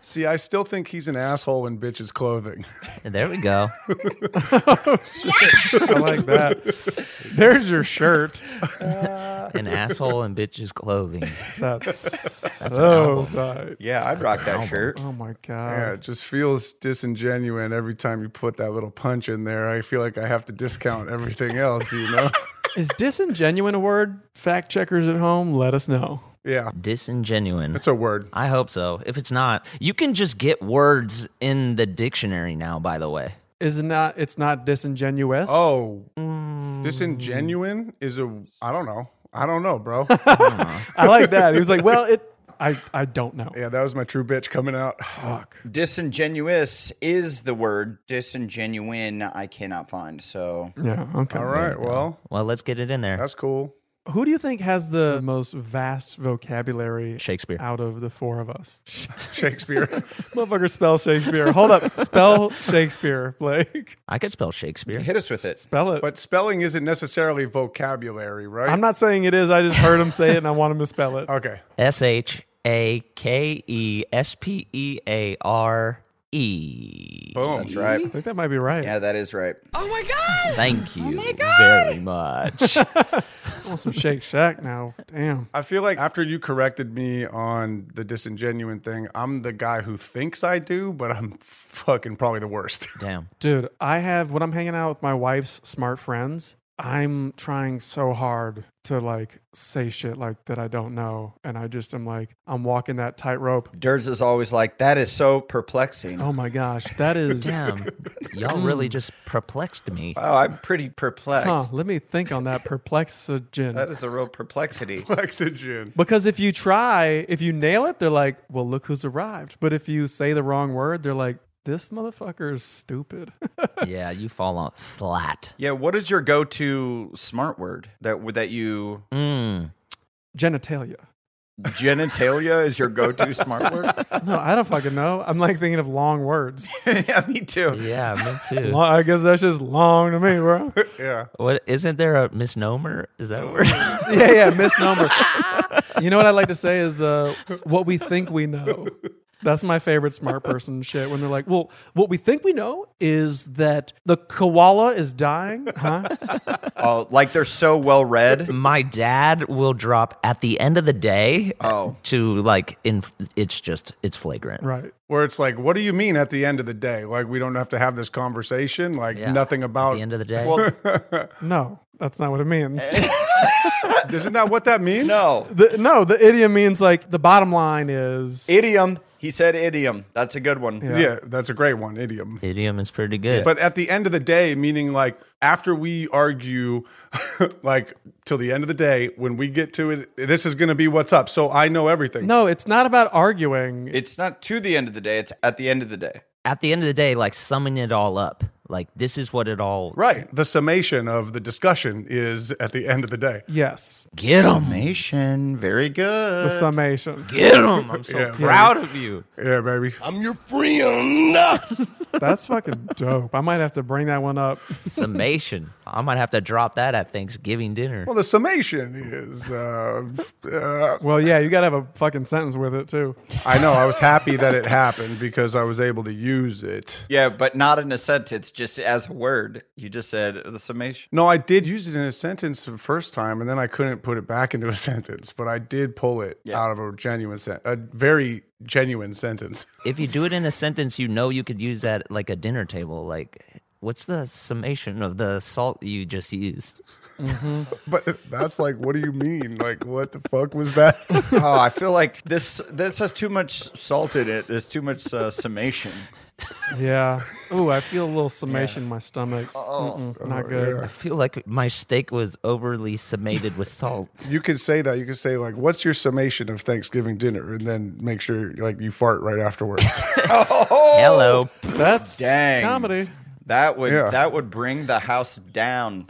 [SPEAKER 7] See, I still think he's an asshole in bitches clothing.
[SPEAKER 2] there we go.
[SPEAKER 1] I like that. There's your shirt.
[SPEAKER 2] An asshole and bitches clothing.
[SPEAKER 1] That's,
[SPEAKER 2] That's an
[SPEAKER 1] so
[SPEAKER 2] album.
[SPEAKER 1] tight.
[SPEAKER 8] Yeah, I'd rock that shirt.
[SPEAKER 1] Oh my
[SPEAKER 7] Yeah,
[SPEAKER 1] god.
[SPEAKER 7] it just feels disingenuous every time you put that little punch in there. I feel like I have to discount everything else, you know?
[SPEAKER 1] Is disingenuine a word? Fact checkers at home, let us know.
[SPEAKER 7] yeah.
[SPEAKER 2] Disingenuine.
[SPEAKER 7] It's a word.
[SPEAKER 2] I hope so. If it's not, you can just get words in the dictionary now, by the way.
[SPEAKER 1] Is it not it's not disingenuous?
[SPEAKER 7] Oh,
[SPEAKER 1] Mm.
[SPEAKER 7] disingenuine is a, I don't know. I don't know, bro.
[SPEAKER 1] I like that. He was like, Well, it I, I don't know.
[SPEAKER 7] yeah, that was my true bitch coming out.
[SPEAKER 1] Fuck.
[SPEAKER 8] Disingenuous is the word. Disingenuine, I cannot find. So
[SPEAKER 1] Yeah, okay.
[SPEAKER 7] All right. Well,
[SPEAKER 2] Well, let's get it in there.
[SPEAKER 7] that's cool.
[SPEAKER 1] Who do you think has the most vast vocabulary
[SPEAKER 2] Shakespeare.
[SPEAKER 1] out of the four of us?
[SPEAKER 7] Shakespeare.
[SPEAKER 1] Motherfucker, spell Shakespeare. Hold up. Spell Shakespeare, Blake.
[SPEAKER 2] I could spell Shakespeare.
[SPEAKER 8] hit us with it.
[SPEAKER 1] Spell it.
[SPEAKER 7] but spelling isn't necessarily vocabulary, right?
[SPEAKER 1] I'm not saying it is. I just heard him say it and I want him to spell it.
[SPEAKER 7] Okay.
[SPEAKER 2] S H A K E S P E A R E.
[SPEAKER 7] Boom.
[SPEAKER 8] That's right.
[SPEAKER 1] I think that might be right.
[SPEAKER 8] Yeah, that is right.
[SPEAKER 2] Thank you very much.
[SPEAKER 1] I want some Shake Shack now. Damn.
[SPEAKER 7] I feel like after you corrected me on the disingenuine thing, I'm the guy who thinks I do, but I'm fucking probably the worst.
[SPEAKER 2] Damn.
[SPEAKER 1] Dude, I have, when I'm hanging out with my wife's smart friends, I'm trying so hard to like say shit like that I don't know. And I just am like, I'm walking that tightrope.
[SPEAKER 8] Durs is always like, that is so perplexing. Oh,
[SPEAKER 1] Oh my gosh, that is.
[SPEAKER 2] Damn. Y'all really just perplexed me.
[SPEAKER 8] I'm pretty perplexed.
[SPEAKER 1] Huh, let me think on that perplexogen.
[SPEAKER 8] That is a real perplexity.
[SPEAKER 7] Lexogen.
[SPEAKER 1] Because if you try, if you nail it, they're like, well, look who's arrived. But if you say the wrong word, they're like, this motherfucker is stupid.
[SPEAKER 2] Yeah, you fall on flat.
[SPEAKER 8] yeah, what is your go-to smart word that that you
[SPEAKER 2] Mm.
[SPEAKER 1] Genitalia.
[SPEAKER 8] genitalia is your go-to smart word?
[SPEAKER 1] No, I don't fucking know. I'm like thinking of long words.
[SPEAKER 8] yeah, me too.
[SPEAKER 2] Yeah, me too.
[SPEAKER 1] Lo- I guess that's just long to me, bro.
[SPEAKER 7] Yeah.
[SPEAKER 2] What isn't there a misnomer? Is that a word?
[SPEAKER 1] yeah, yeah, misnomer. you know what I like to say is uh, what we think we know. That's my favorite smart person shit when they're like, well, what we think we know is that the koala is dying, huh?
[SPEAKER 8] Oh, like they're so well read.
[SPEAKER 1] Mm.
[SPEAKER 2] My dad will drop at the end of the day
[SPEAKER 8] Oh.
[SPEAKER 2] to like in it's just it's flagrant.
[SPEAKER 1] Right.
[SPEAKER 7] Where it's like, what do you mean at the end of the day? Like, we don't have to have this conversation. Like,
[SPEAKER 2] Yeah.
[SPEAKER 7] nothing
[SPEAKER 2] At
[SPEAKER 7] about.
[SPEAKER 2] the end of the day.
[SPEAKER 1] No, that's not what it means.
[SPEAKER 7] isn't that what that means?
[SPEAKER 8] No.
[SPEAKER 1] The- no, the idiom means like the bottom line is
[SPEAKER 8] Idiom. He said idiom. That's a good one.
[SPEAKER 7] Yeah. that's a great one, idiom.
[SPEAKER 2] Idiom is pretty good.
[SPEAKER 7] But at the end of the day, meaning like after we argue, like till the end of the day, when we get to it, this is going to be what's up. So I know everything.
[SPEAKER 1] no, it's not about arguing.
[SPEAKER 8] It's not to the end of the day, it's at the end of the day.
[SPEAKER 2] at the end of the day, like summing it all up. Like this is what it all
[SPEAKER 7] Right. The summation of the discussion is at the end of the day.
[SPEAKER 1] yes,
[SPEAKER 2] Get them,
[SPEAKER 8] Summation. Very
[SPEAKER 1] the
[SPEAKER 8] good.
[SPEAKER 1] summation.
[SPEAKER 2] get them. I'm so
[SPEAKER 7] Yeah.
[SPEAKER 2] proud of you.
[SPEAKER 7] Yeah, baby.
[SPEAKER 1] That's fucking dope. I might have to bring that one up.
[SPEAKER 2] Summation. I might have to drop that at Thanksgiving dinner.
[SPEAKER 7] Well, the summation is. Uh, uh,
[SPEAKER 1] Well, yeah, you gotta have a fucking sentence with it too.
[SPEAKER 7] I know. I was happy that it happened because I was able to use it.
[SPEAKER 8] Yeah, but not in a sentence, just as a word. You just said the summation.
[SPEAKER 7] No, I did use it in a sentence the first time, and then I couldn't put it back into a sentence. But I did pull it
[SPEAKER 8] Yeah.
[SPEAKER 7] out of a genuine sen- a very genuine sentence.
[SPEAKER 2] If you do it in a sentence, you know you could use that at, like a dinner table. Like, what's the summation of the salt you just used?
[SPEAKER 7] But that's like, what do you mean? Like, what the fuck was that?
[SPEAKER 8] oh, I feel like this this has too much salt in it. There's too much uh, summation.
[SPEAKER 1] Yeah. Ooh, I feel a little summation in my stomach. Oh, not good.
[SPEAKER 2] I feel like my steak was overly summated with salt.
[SPEAKER 7] you could say that. You could say like, what's your summation of Thanksgiving dinner, and then make sure like you fart right afterwards. Oh,
[SPEAKER 2] Hello.
[SPEAKER 1] That's
[SPEAKER 8] Dang.
[SPEAKER 1] comedy.
[SPEAKER 8] That would
[SPEAKER 7] Yeah.
[SPEAKER 8] that would bring the house down.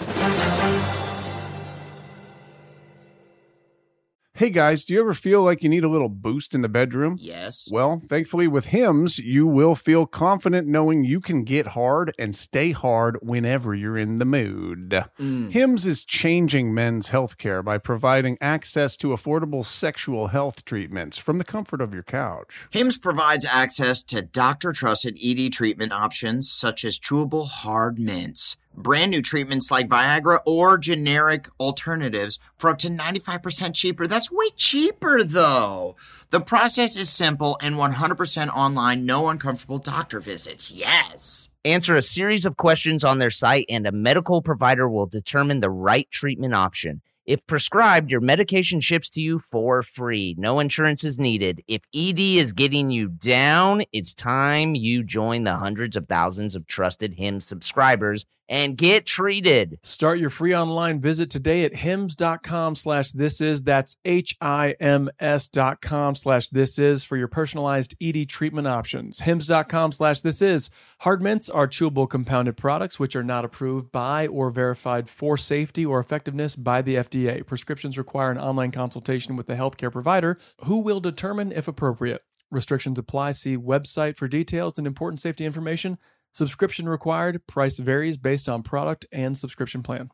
[SPEAKER 7] Hey guys, do you ever feel like you need a little boost in the bedroom? Yes. Well, thankfully, with Hims, you will feel confident knowing you can get hard and stay hard whenever you're in the mood. Hims is changing men's healthcare by providing access to affordable sexual health treatments from the comfort of your couch.
[SPEAKER 10] HIMS provides E access to doctor trusted ED treatment options such as chewable hard mints, brand new treatments like Viagra or generic alternatives for up to 95% cheaper. That's way cheaper, though. The process is simple and 100% online, no uncomfortable doctor visits. Yes.
[SPEAKER 2] Answer a series of questions on their site, and a medical provider will determine the right treatment option. If prescribed, your medication ships to you for free. No insurance is needed. If ED is getting you down, it's time you join the hundreds of thousands of trusted HIMS subscribers and get treated.
[SPEAKER 11] Start your free online visit today at hymns.com slash this is. That's H-I-M-S dot com slash this is for your personalized ED treatment options. Hymns.com slash this is. Hard mints are chewable compounded products which are not approved by or verified for safety or effectiveness by the FDA. Prescriptions require an online consultation with the healthcare provider who will determine if appropriate. Restrictions apply. See website for details and important safety information. Subscription required. Price varies based on product and subscription plan.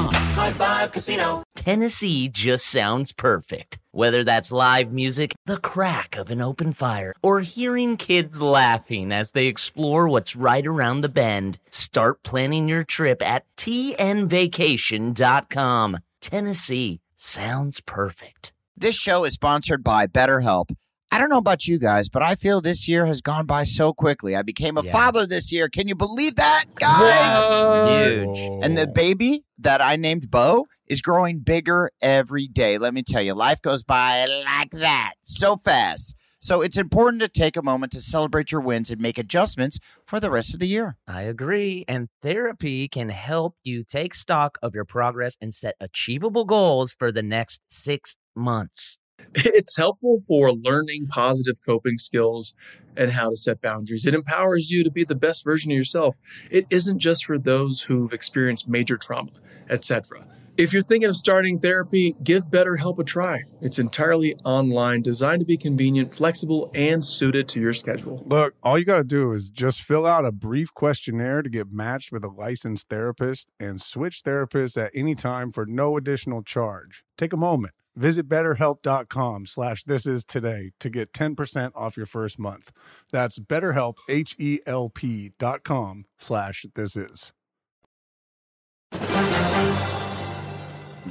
[SPEAKER 12] High Five Casino.
[SPEAKER 2] Tennessee just sounds perfect. Whether that's live music, the crack of an open fire, or hearing kids laughing as they explore what's right around the bend, start planning your trip at tnvacation.com. Tennessee sounds perfect.
[SPEAKER 8] This show is sponsored by BetterHelp. I don't know about you guys, but I feel this year has gone by so quickly. I became a father this year. Can you believe that, guys? Huge. And the baby that I named Bo is growing bigger every day. Let me tell you, life goes by like that so fast. So it's important to take a moment to celebrate your wins and make adjustments for the rest of the year.
[SPEAKER 2] I agree. And therapy can help you take stock of your progress and set achievable goals for the next six months.
[SPEAKER 13] It's helpful for learning positive coping skills and how to set boundaries. It empowers you to be the best version of yourself. It isn't just for those who've experienced major trauma, etc. If you're thinking of starting therapy, give BetterHelp a try. It's entirely online, designed to be convenient, flexible, and suited to your schedule.
[SPEAKER 7] Look, all you got to do is just fill out a brief questionnaire to get matched with a licensed therapist and switch therapists at any time for no additional charge. Take a moment. Visit betterhelp.com slash this is today to get 10% off your first month. That's betterhelp, H-E-L-P dot com slash this is.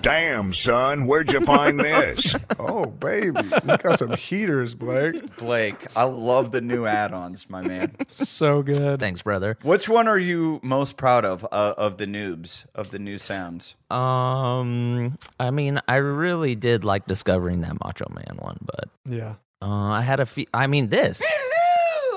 [SPEAKER 14] Damn, son, where'd you find this?
[SPEAKER 7] oh, baby. You got some heaters, Blake.
[SPEAKER 8] Blake, I love the new add-ons, my man.
[SPEAKER 1] So good.
[SPEAKER 2] Thanks, brother.
[SPEAKER 8] Which one are you most proud of uh, of the noobs of the new sounds?
[SPEAKER 2] Um, I mean, I really did like discovering that Macho Man one, but
[SPEAKER 1] Yeah.
[SPEAKER 2] uh, I had a fe- I mean, this.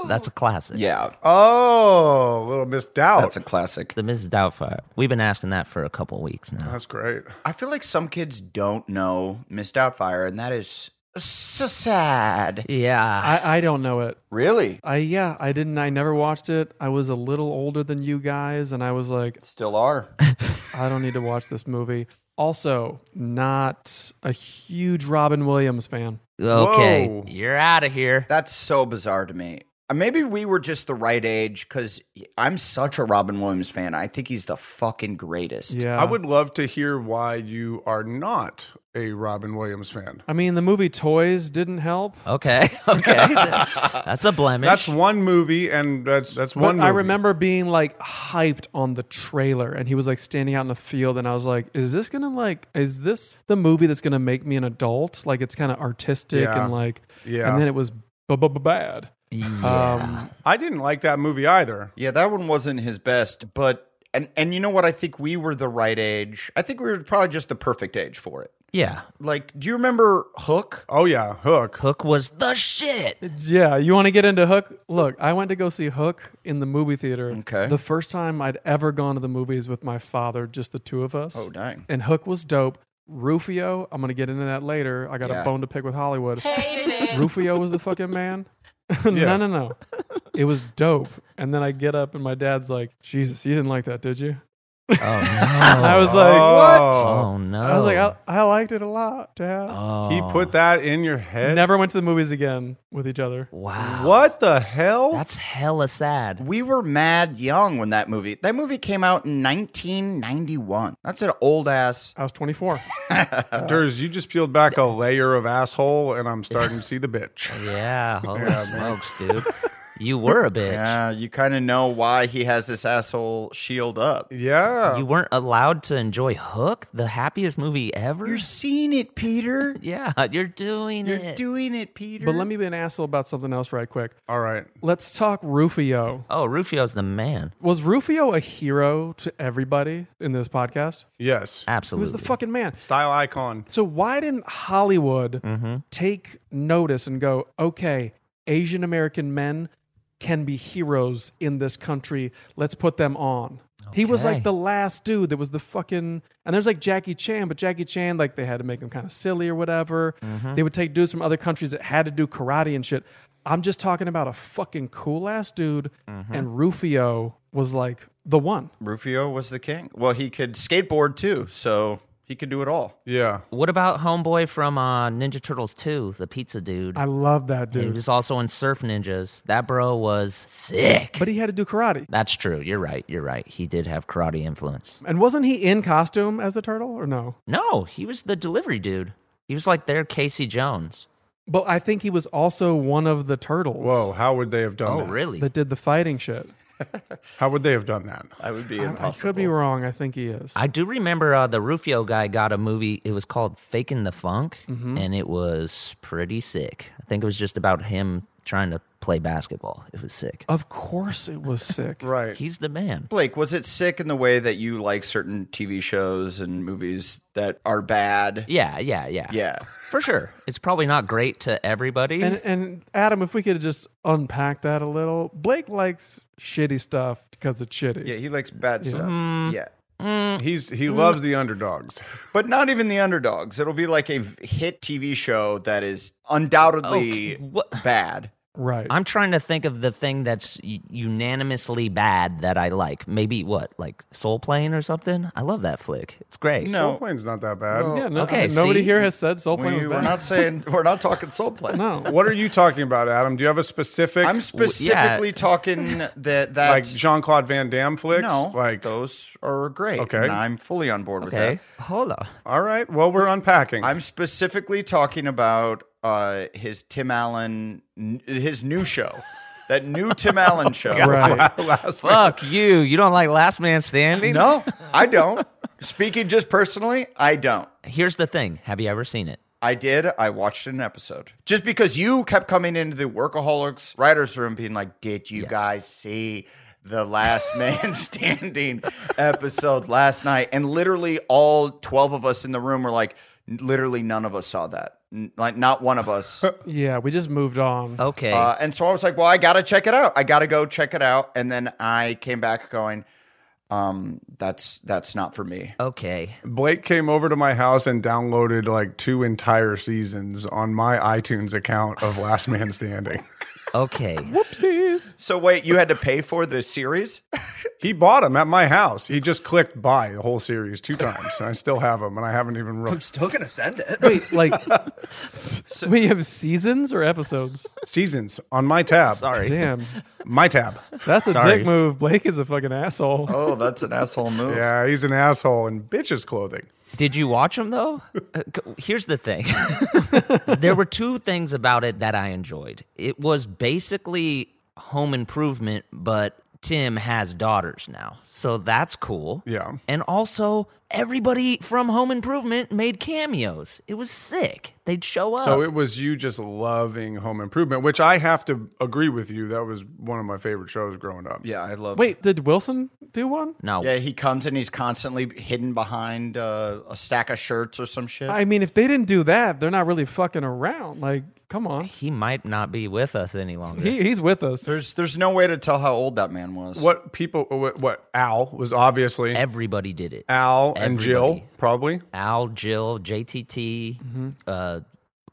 [SPEAKER 2] That's a classic.
[SPEAKER 8] Yeah.
[SPEAKER 7] Oh, little Miss Doubt. That's
[SPEAKER 8] a classic.
[SPEAKER 2] The Mrs. Doubtfire. We've been asking that for a couple weeks now.
[SPEAKER 7] That's great.
[SPEAKER 8] I feel like some kids don't know Miss Doubtfire, and that is so sad.
[SPEAKER 2] Yeah.
[SPEAKER 1] I, I don't know it.
[SPEAKER 8] Really?
[SPEAKER 1] I yeah, I didn't I never watched it. I was a little older than you guys and I was like
[SPEAKER 8] Still are.
[SPEAKER 1] I don't need to watch this movie. Also, not a huge Robin Williams fan.
[SPEAKER 2] Okay, you're out of here.
[SPEAKER 8] That's so bizarre to me. Uh, Maybe we were just the right age because I'm such a Robin Williams fan. I think he's the fucking greatest.
[SPEAKER 7] I would love to hear why you are not a Robin Williams fan.
[SPEAKER 1] I mean, the movie Toys didn't help.
[SPEAKER 2] Okay. Okay. that's a blemish.
[SPEAKER 7] That's one movie, and that's that's one.
[SPEAKER 1] I
[SPEAKER 7] movie.
[SPEAKER 1] remember being like hyped on the trailer, and he was like standing out in the field, and I was like, "Is this gonna like? Is this the movie that's gonna make me an adult? Like, it's kind of artistic
[SPEAKER 7] Yeah.
[SPEAKER 1] and like,
[SPEAKER 7] Yeah.
[SPEAKER 1] And then it was bu- bu- bu- bad. Um,
[SPEAKER 7] I didn't like that movie either.
[SPEAKER 8] Yeah, that one wasn't his best, but and and you know what? I think we were the right age. I think we were probably just the perfect age for it.
[SPEAKER 2] Yeah.
[SPEAKER 8] Like, do you remember Hook?
[SPEAKER 7] Oh yeah, Hook.
[SPEAKER 2] Hook was the shit.
[SPEAKER 1] Yeah, you want to get into Hook? Look, I went to go see Hook in the movie theater.
[SPEAKER 8] Okay.
[SPEAKER 1] The first time I'd ever gone to the movies with my father, just the two of us.
[SPEAKER 8] Oh, dang.
[SPEAKER 1] And Hook was dope. Rufio, I'm going to get into that later. I got
[SPEAKER 8] Yeah.
[SPEAKER 1] a bone to pick with Hollywood. Rufio was the fucking man. no, no, no. It was dope. And then I get up and my dad's like, Jesus, you didn't like that, did you?
[SPEAKER 2] Oh, no. I
[SPEAKER 1] was like, what?
[SPEAKER 2] Oh, no. Oh,
[SPEAKER 1] I was like, I, I liked it a lot, Dad.
[SPEAKER 7] He put that in your head.
[SPEAKER 1] Never went to the movies again with each other.
[SPEAKER 2] Wow.
[SPEAKER 7] What the hell?
[SPEAKER 2] That's hella sad.
[SPEAKER 8] We were mad young when that movie. That movie came out in 1991. That's an old ass.
[SPEAKER 1] I was 24.
[SPEAKER 7] Durs, you just peeled back a layer of asshole, and I'm starting to see the bitch.
[SPEAKER 2] Yeah, holy
[SPEAKER 8] Yeah, man.
[SPEAKER 2] smokes, dude. You were a bitch.
[SPEAKER 8] Yeah, you kind of know why he has this asshole shield up.
[SPEAKER 7] Yeah.
[SPEAKER 2] You weren't allowed to enjoy Hook, the happiest movie ever. You're
[SPEAKER 8] seeing it, Peter.
[SPEAKER 2] yeah, you're doing
[SPEAKER 8] You're
[SPEAKER 2] it.
[SPEAKER 8] doing it, Peter.
[SPEAKER 1] But let me be an asshole about something else right quick.
[SPEAKER 7] All right.
[SPEAKER 1] Let's talk Rufio.
[SPEAKER 2] oh, Rufio's the man.
[SPEAKER 1] Was Rufio a hero to everybody in this podcast?
[SPEAKER 7] Yes.
[SPEAKER 1] He
[SPEAKER 2] Absolutely.
[SPEAKER 1] was the fucking man.
[SPEAKER 7] Style icon.
[SPEAKER 1] So why didn't Hollywood
[SPEAKER 7] Mm-hmm.
[SPEAKER 1] take notice and go, okay, Asian American men can be heroes in this country. Let's put them on. He was
[SPEAKER 2] Okay.
[SPEAKER 1] like the last dude that was the fucking and there's like Jackie Chan, but Jackie Chan, like they had to make him kind of silly or whatever.
[SPEAKER 8] Mm-hmm.
[SPEAKER 2] Mhm.
[SPEAKER 1] They would take dudes from other countries that had to do karate and shit. I'm just talking about a fucking cool ass dude and Rufio was like the one.
[SPEAKER 8] Mm-hmm. Rufio was the king. Well, he could skateboard too, so he could do it all.
[SPEAKER 7] Yeah.
[SPEAKER 2] What about Homeboy from uh, Ninja Turtles 2, the pizza dude?
[SPEAKER 1] I love that
[SPEAKER 2] He
[SPEAKER 1] dude.
[SPEAKER 2] was also in Surf Ninjas. That bro was sick.
[SPEAKER 1] But he had to do karate.
[SPEAKER 2] That's true. You're right. You're right. He did have karate influence.
[SPEAKER 1] And wasn't he in costume as a turtle or no?
[SPEAKER 2] No, he was the delivery dude. He was like their Casey Jones.
[SPEAKER 1] But I think he was also one of the turtles.
[SPEAKER 7] Whoa, how would they have done
[SPEAKER 2] Oh,
[SPEAKER 7] that?
[SPEAKER 2] really?
[SPEAKER 1] That did the fighting shit.
[SPEAKER 7] How would they have done that?
[SPEAKER 8] That would be
[SPEAKER 1] I
[SPEAKER 8] impossible.
[SPEAKER 1] could be wrong. I think he is.
[SPEAKER 2] I do remember uh, the Rufio guy got a movie. It was called Faking the Funk, and it was pretty sick. I think it was just about him trying to play basketball. It was sick.
[SPEAKER 1] Of course it was sick.
[SPEAKER 7] Right.
[SPEAKER 2] He's the man.
[SPEAKER 8] Blake, was it sick in the way that you like certain TV shows and movies that are bad?
[SPEAKER 2] Yeah, yeah, yeah.
[SPEAKER 8] Yeah.
[SPEAKER 2] For sure. It's probably not great to everybody.
[SPEAKER 1] and and Adam, if we could just unpack that a little. Blake likes shitty stuff because it's shitty.
[SPEAKER 8] Yeah, he likes bad stuff. Yeah.
[SPEAKER 7] He's he loves the underdogs.
[SPEAKER 8] But not even the underdogs. It'll be like a v- hit TV show that is undoubtedly
[SPEAKER 2] Okay, what-
[SPEAKER 8] bad.
[SPEAKER 1] Right.
[SPEAKER 2] I'm trying to think of the thing that's u- unanimously bad that I like. Maybe what, like Soul Plane or something? I love that flick. It's great.
[SPEAKER 7] Soul Plane's not that bad.
[SPEAKER 1] yeah, no,
[SPEAKER 2] okay,
[SPEAKER 1] nobody
[SPEAKER 2] see?
[SPEAKER 1] here has said Soul
[SPEAKER 8] We,
[SPEAKER 1] Plane was
[SPEAKER 8] we're
[SPEAKER 1] bad.
[SPEAKER 8] not saying we're not talking soul play.
[SPEAKER 1] no.
[SPEAKER 7] What are you talking about, Adam? Do you have a specific
[SPEAKER 8] I'm specifically talking that that
[SPEAKER 7] like Jean Claude Van Damme flicks?
[SPEAKER 8] no,
[SPEAKER 7] Like
[SPEAKER 8] those are great.
[SPEAKER 7] Okay.
[SPEAKER 8] and I'm fully on board with
[SPEAKER 2] Okay.
[SPEAKER 8] that.
[SPEAKER 2] Hold on.
[SPEAKER 7] all right. Well, we're unpacking.
[SPEAKER 8] I'm specifically talking about uh, his Tim Allen, n- his new show, that new Tim Allen show.
[SPEAKER 1] Right.
[SPEAKER 7] Last
[SPEAKER 2] Fuck you. You don't like Last Man Standing?
[SPEAKER 8] No, I don't. Speaking just personally, I don't.
[SPEAKER 2] Here's the thing. Have you ever seen it?
[SPEAKER 8] I did. I watched an episode just because you kept coming into the workaholics writers room, being like, "Did you guys see the Last Man Standing episode last night?" And literally, all twelve of us in the room were like, "Literally, none of us saw that. N- Like, not one of us."
[SPEAKER 1] Yeah, we just moved on.
[SPEAKER 2] Okay.
[SPEAKER 8] Uh, and so I was like, well, I got to check it out. I got to go check it out. And then I came back going, um, that's that's not for me.
[SPEAKER 2] okay.
[SPEAKER 7] Blake came over to my house and downloaded like two entire seasons on my iTunes account of Last Man Standing.
[SPEAKER 2] Okay.
[SPEAKER 1] Whoopsies.
[SPEAKER 8] So wait, you had to pay for the series?
[SPEAKER 7] he bought them at my house. He just clicked buy the whole series two times. and I still have them, and I haven't even wrote
[SPEAKER 8] Still gonna send it.
[SPEAKER 1] Wait, like we have seasons or episodes?
[SPEAKER 7] seasons on my tab.
[SPEAKER 2] Sorry.
[SPEAKER 1] Damn,
[SPEAKER 7] My tab.
[SPEAKER 1] that's a
[SPEAKER 2] Sorry.
[SPEAKER 1] dick move. Blake is a fucking asshole.
[SPEAKER 8] Oh, that's an asshole move.
[SPEAKER 7] Yeah, he's an asshole in bitches clothing.
[SPEAKER 2] Did you watch them though? Uh, c- Here's the thing. there were two things about it that I enjoyed. It was basically home improvement, but Tim has daughters now. So that's cool.
[SPEAKER 7] Yeah.
[SPEAKER 2] And also, everybody from Home Improvement made cameos. It was sick. They'd show up.
[SPEAKER 7] So it was you just loving Home Improvement, which I have to agree with you. That was one of my favorite shows growing up.
[SPEAKER 8] Yeah, I love.
[SPEAKER 1] Wait, did Wilson do one?
[SPEAKER 2] no.
[SPEAKER 8] Yeah, he comes and he's constantly hidden behind uh, a stack of shirts or some shit.
[SPEAKER 1] I mean, if they didn't do that, they're not really fucking around. Like, come on.
[SPEAKER 2] He might not be with us any longer.
[SPEAKER 1] He, he's with us.
[SPEAKER 8] there's there's no way to tell how old that man was.
[SPEAKER 7] What people, uh, what, what Al was obviously
[SPEAKER 2] everybody did it.
[SPEAKER 7] Al and Jill,
[SPEAKER 2] Everybody.
[SPEAKER 7] probably.
[SPEAKER 2] Al, Jill, Mm-hmm. JTT, uh,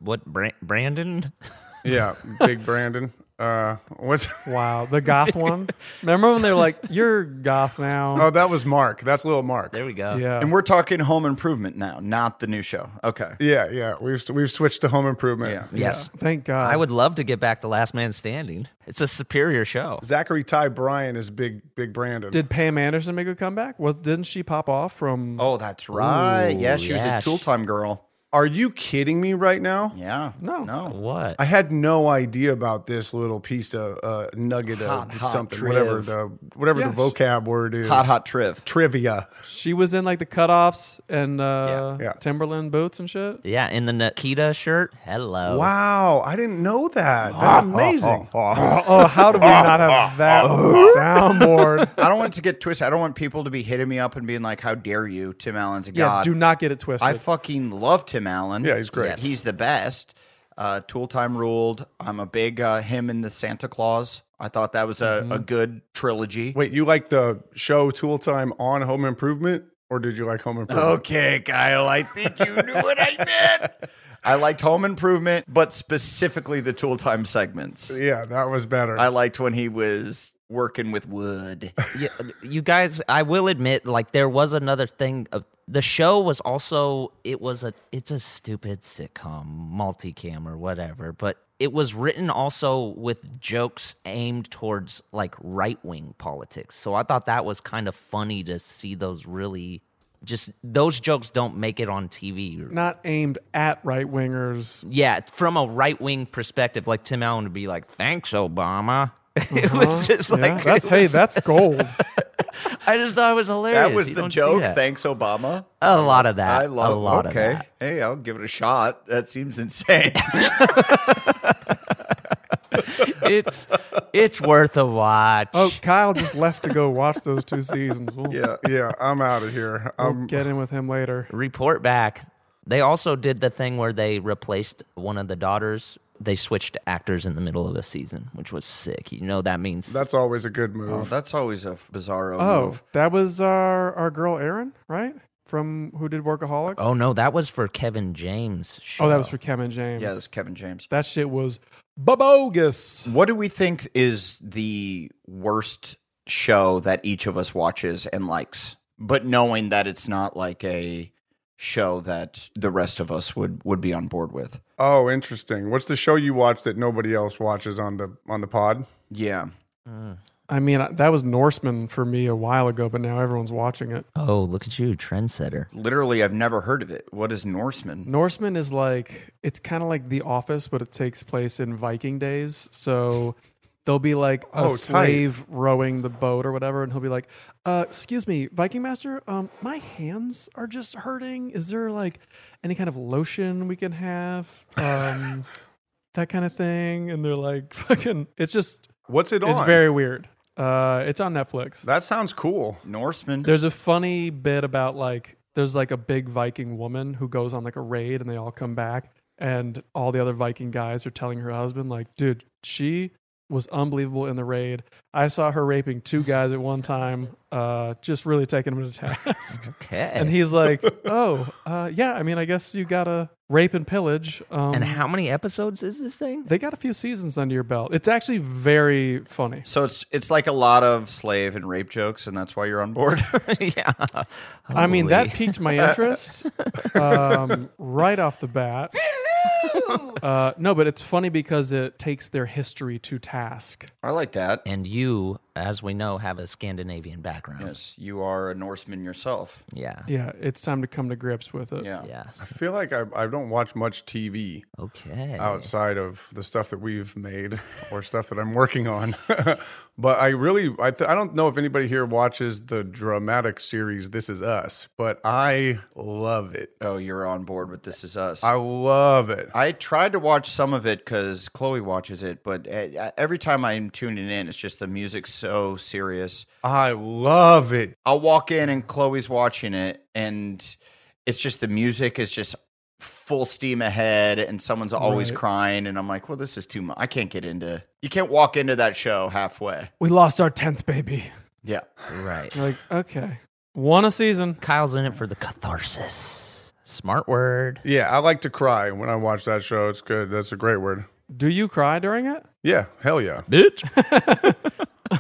[SPEAKER 2] what, Bran- Brandon?
[SPEAKER 7] Yeah, Big Brandon. Uh, what's
[SPEAKER 1] wow the goth one? Remember when they're like, "You're goth now"?
[SPEAKER 7] Oh, that was Mark. That's little Mark.
[SPEAKER 2] There we go.
[SPEAKER 1] Yeah.
[SPEAKER 8] Uh, And we're talking Home Improvement now, not the new show. Okay.
[SPEAKER 7] Yeah, yeah. We've we've switched to Home Improvement. Yeah.
[SPEAKER 2] Yes.
[SPEAKER 1] Thank
[SPEAKER 5] Uh,
[SPEAKER 1] God.
[SPEAKER 2] I would love to get back to Last Man Standing. It's a superior show.
[SPEAKER 7] Zachary Ty Bryan is big big Brandon.
[SPEAKER 1] Did Pam Anderson make a comeback? Well, didn't she pop off from?
[SPEAKER 8] Oh, that's right. yeah, she was a Tool Time girl.
[SPEAKER 7] Are you kidding me right now?
[SPEAKER 8] Yeah.
[SPEAKER 1] No.
[SPEAKER 8] No.
[SPEAKER 2] What?
[SPEAKER 7] I had no idea about this little piece of uh, nugget
[SPEAKER 8] Hot,
[SPEAKER 7] of
[SPEAKER 8] hot
[SPEAKER 7] something,
[SPEAKER 8] triv.
[SPEAKER 7] whatever the whatever
[SPEAKER 1] Yeah.
[SPEAKER 7] the vocab word is.
[SPEAKER 8] Hot, hot triv.
[SPEAKER 7] Trivia.
[SPEAKER 1] She was in like the cutoffs and uh,
[SPEAKER 7] Yeah. Yeah.
[SPEAKER 1] Timberland boots and shit.
[SPEAKER 2] Yeah, in the Nikita shirt.
[SPEAKER 8] Oh.
[SPEAKER 2] Hello.
[SPEAKER 7] Wow, I didn't know that.
[SPEAKER 8] Ah,
[SPEAKER 7] That's amazing.
[SPEAKER 1] Oh, how do we not have that soundboard?
[SPEAKER 8] I don't want it to get twisted. I don't want people to be hitting me up and being like, "How dare you, Tim Allen's a
[SPEAKER 1] Yeah,
[SPEAKER 8] god."
[SPEAKER 1] do not get it twisted.
[SPEAKER 8] I fucking love Tim Allen.
[SPEAKER 7] Yeah, he's great.
[SPEAKER 8] He's the best. Uh, Tool Time ruled. I'm a big uh, him and the Santa Claus. I thought that was a,
[SPEAKER 1] Mm-hmm.
[SPEAKER 8] a good trilogy.
[SPEAKER 7] Wait, you like the show Tool Time on Home Improvement, or did you like Home Improvement?
[SPEAKER 8] Okay, Kyle, I think you knew what I meant. I liked Home Improvement, but specifically the Tool Time segments.
[SPEAKER 7] Yeah, that was better.
[SPEAKER 8] I liked when he was working with wood.
[SPEAKER 2] yeah, you guys i will admit like there was another thing of the show was also it was a it's a stupid sitcom multi-camera whatever but it was written also with jokes aimed towards like right-wing politics so i thought that was kind of funny to see those really just those jokes don't make it on tv
[SPEAKER 1] Not aimed at right wingers.
[SPEAKER 2] yeah, from a right wing perspective, like Tim Allen would be like, "Thanks, Obama." it was just like
[SPEAKER 1] Uh-huh. that's
[SPEAKER 2] it
[SPEAKER 1] hey,
[SPEAKER 2] was-
[SPEAKER 1] that's gold.
[SPEAKER 2] I just thought it was hilarious.
[SPEAKER 8] That was
[SPEAKER 2] You
[SPEAKER 8] the
[SPEAKER 2] don't see
[SPEAKER 8] joke.
[SPEAKER 2] that.
[SPEAKER 8] Thanks, Obama.
[SPEAKER 2] A lot of that.
[SPEAKER 8] I love
[SPEAKER 2] a lot
[SPEAKER 8] okay.
[SPEAKER 2] of that.
[SPEAKER 8] Hey, I'll give it a shot. That seems insane.
[SPEAKER 2] It's it's worth a watch.
[SPEAKER 1] oh, Kyle just left to go watch those two seasons. We'll,
[SPEAKER 7] yeah, yeah. I'm out of here. Um,
[SPEAKER 1] we'll
[SPEAKER 7] I'm
[SPEAKER 1] get in with him later.
[SPEAKER 2] Report back. They also did the thing where they replaced one of the daughters. They switched actors in the middle of a season, which was sick. You know that means
[SPEAKER 7] That's always a good move.
[SPEAKER 8] Oh, that's always a bizarro
[SPEAKER 1] Oh,
[SPEAKER 8] move.
[SPEAKER 1] that was our our girl Erin, right? From who did Workaholics?
[SPEAKER 2] Oh no, that was for Kevin James. Show.
[SPEAKER 1] Oh, that was for Kevin James.
[SPEAKER 8] Yeah, that's Kevin James.
[SPEAKER 1] that shit was bogus.
[SPEAKER 8] What do we think is the worst show that each of us watches and likes? But knowing that it's not like a show that the rest of us would would be on board with.
[SPEAKER 7] Oh, interesting. What's the show you watch that nobody else watches on the on the pod?
[SPEAKER 8] Yeah.
[SPEAKER 1] I mean, I- that was Norseman for me a while ago, but now everyone's watching it.
[SPEAKER 2] Oh, look at you, trendsetter.
[SPEAKER 8] Literally I've never heard of it. What is Norseman?
[SPEAKER 1] Norseman is like it's kind of like The Office, but it takes place in Viking days. So there'll be like
[SPEAKER 7] Oh,
[SPEAKER 1] a
[SPEAKER 7] tight.
[SPEAKER 1] slave rowing the boat or whatever, and he'll be like, uh, "Excuse me, Viking master, um, my hands are just hurting. Is there like any kind of lotion we can have?" Um, That kind of thing, and they're like, "Fucking!" It's just,
[SPEAKER 7] What's it on?
[SPEAKER 1] it's very weird. Uh, it's on Netflix.
[SPEAKER 7] That sounds cool.
[SPEAKER 8] Norseman.
[SPEAKER 1] There's a funny bit about like there's like a big Viking woman who goes on like a raid and they all come back and all the other Viking guys are telling her husband like, dude, she was unbelievable in the raid. I saw her raping two guys at one time, uh, just really taking them to task.
[SPEAKER 2] Okay.
[SPEAKER 1] and he's like, oh, uh, yeah. I mean, I guess you gotta rape and pillage. Um,
[SPEAKER 2] and how many episodes is this thing?
[SPEAKER 1] they got a few seasons under your belt. It's actually very funny.
[SPEAKER 8] So it's it's like a lot of slave and rape jokes and that's why you're on board.
[SPEAKER 2] yeah.
[SPEAKER 1] I mean, that
[SPEAKER 2] Holy.
[SPEAKER 1] piqued my interest um, right off the bat. uh, no, but it's funny because it takes their history to task.
[SPEAKER 8] I like that.
[SPEAKER 2] and you, as we know, have a Scandinavian background.
[SPEAKER 8] Yes, you are a Norseman yourself.
[SPEAKER 2] Yeah.
[SPEAKER 1] Yeah, it's time to come to grips with it.
[SPEAKER 8] Yeah.
[SPEAKER 7] I
[SPEAKER 2] Yes.
[SPEAKER 7] feel like I, I don't watch much TV
[SPEAKER 2] Okay.
[SPEAKER 7] outside of the stuff that we've made or stuff that I'm working on. but I really I th- I don't know if anybody here watches the dramatic series This Is Us, but I love it.
[SPEAKER 8] Oh, you're on board with This Is Us.
[SPEAKER 7] I love it.
[SPEAKER 8] I tried to watch some of it because Chloe watches it, but uh, every time I'm tuning in, it's just the music's so serious.
[SPEAKER 7] I love it.
[SPEAKER 8] I'll walk in and Chloe's watching it, and it's just the music is just full steam ahead, and someone's always
[SPEAKER 1] Right.
[SPEAKER 8] crying, and I'm like, well, this is too much. I can't get into. You can't walk into that show halfway.
[SPEAKER 1] We lost our 10th baby.
[SPEAKER 8] Yeah,
[SPEAKER 2] Right.
[SPEAKER 1] You're like, okay, won a season.
[SPEAKER 2] Kyle's in it for the catharsis. Smart word.
[SPEAKER 7] Yeah, I like to cry when I watch that show. It's good. That's a great word.
[SPEAKER 1] Do you cry during it?
[SPEAKER 7] Yeah, hell yeah,
[SPEAKER 1] bitch.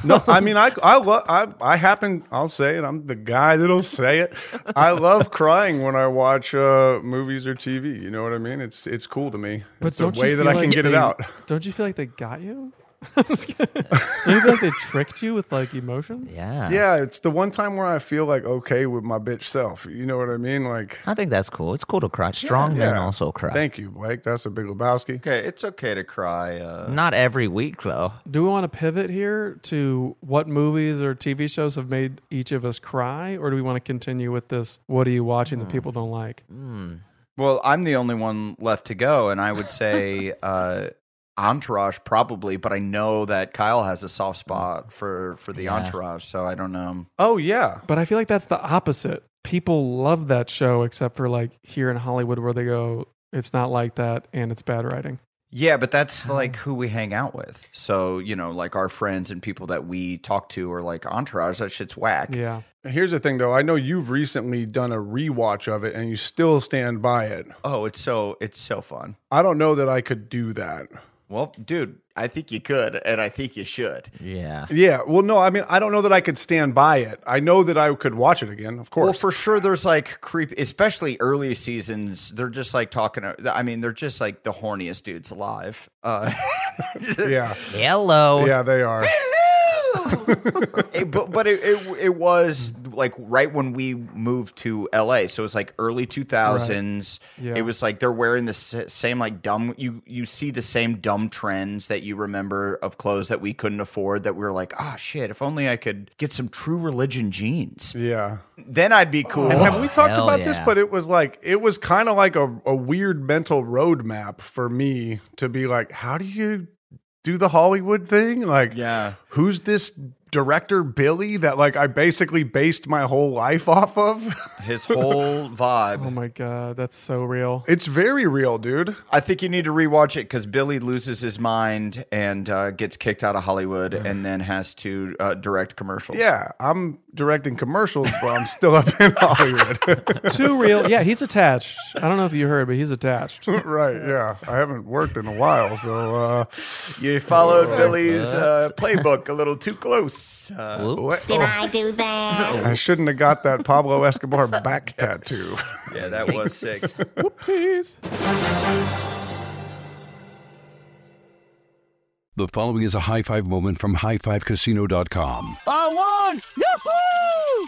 [SPEAKER 7] no, I mean I I love I I happen I'll say it. I'm the guy that'll say it. I love crying when I watch uh, movies or TV. You know what I mean? It's it's cool to me. it's the way that I can get it out.
[SPEAKER 1] Don't you feel like they got you? I'm just kidding. Don't you feel like they tricked you with like emotions?
[SPEAKER 7] Yeah, it's the one time where I feel like okay with my bitch self. You know what I mean? Like
[SPEAKER 2] I think that's cool. It's cool to cry. Strong men
[SPEAKER 7] yeah.
[SPEAKER 2] also cry.
[SPEAKER 7] Thank you, Blake. That's a big Lebowski.
[SPEAKER 8] Okay, it's okay to cry. Uh,
[SPEAKER 2] Not every week though.
[SPEAKER 1] Do we want to pivot here to what movies or TV shows have made each of us cry, or do we want to continue with this? What are you watching that people don't like?
[SPEAKER 2] Hmm.
[SPEAKER 8] Well, I'm the only one left to go, and I would say uh, Entourage probably, but I know that Kyle has a soft spot for for the
[SPEAKER 1] Yeah.
[SPEAKER 8] Entourage, so I don't know.
[SPEAKER 7] Oh yeah,
[SPEAKER 1] but I feel like that's the opposite. People love that show, except for like here in Hollywood, where they go, "It's not like that," and it's bad writing.
[SPEAKER 8] Yeah, but that's like who we hang out with. So you know, like our friends and people that we talk to are like Entourage. That shit's whack.
[SPEAKER 1] Yeah.
[SPEAKER 7] Here's the thing, though. I know you've recently done a rewatch of it, and you still stand by it.
[SPEAKER 8] Oh, it's so it's so fun.
[SPEAKER 7] I don't know that I could do that.
[SPEAKER 8] Well, dude, I think you could, and I think you should.
[SPEAKER 2] Yeah.
[SPEAKER 7] Yeah. Well, no, I mean, I don't know that I could stand by it. I know that I could watch it again, of course.
[SPEAKER 8] Well, for sure, there's like creep, especially early seasons. They're just like talking. I mean, they're just like the horniest dudes alive. Uh,
[SPEAKER 7] yeah.
[SPEAKER 2] Hello.
[SPEAKER 7] Yeah, they are.
[SPEAKER 8] it- but but it, it it was like right when we moved to LA, so it was like early two thousands.
[SPEAKER 1] Right. Yeah.
[SPEAKER 8] It was like they're wearing the s- same like dumb. You you see the same dumb trends that you remember of clothes that we couldn't afford. That we were like, ah, shit. If only I could get some True Religion jeans.
[SPEAKER 7] Yeah,
[SPEAKER 8] then I'd be cool.
[SPEAKER 7] And have we talked about this? But it was like it was kind of like a, a weird mental roadmap for me to be like, how do you do the Hollywood thing? Like,
[SPEAKER 8] yeah,
[SPEAKER 7] who's this director Billy that like I basically based my whole life off of?
[SPEAKER 8] His whole vibe.
[SPEAKER 1] Oh my god, that's so real.
[SPEAKER 7] It's very real, dude.
[SPEAKER 8] I think you need to rewatch it because Billy loses his mind and uh, gets kicked out of Hollywood, and then has to uh, direct commercials.
[SPEAKER 7] Yeah, I'm directing commercials, but I'm still up in Hollywood.
[SPEAKER 1] Too real. Yeah, he's attached. I don't know if you heard, but he's attached.
[SPEAKER 7] right. Yeah, I haven't worked in a while, so uh,
[SPEAKER 8] you followed
[SPEAKER 7] Oh,
[SPEAKER 8] Billy's uh,
[SPEAKER 7] that's-
[SPEAKER 8] playbook a little too close. Uh,
[SPEAKER 7] Whoops.
[SPEAKER 8] what-
[SPEAKER 7] Did
[SPEAKER 8] oh,
[SPEAKER 7] I
[SPEAKER 15] do that?
[SPEAKER 7] I shouldn't have got that Pablo Escobar back tattoo.
[SPEAKER 8] Yeah, that was sick.
[SPEAKER 1] Whoopsies.
[SPEAKER 4] The following is a high five moment from highfivecasino.com.
[SPEAKER 16] I won! Yahoo!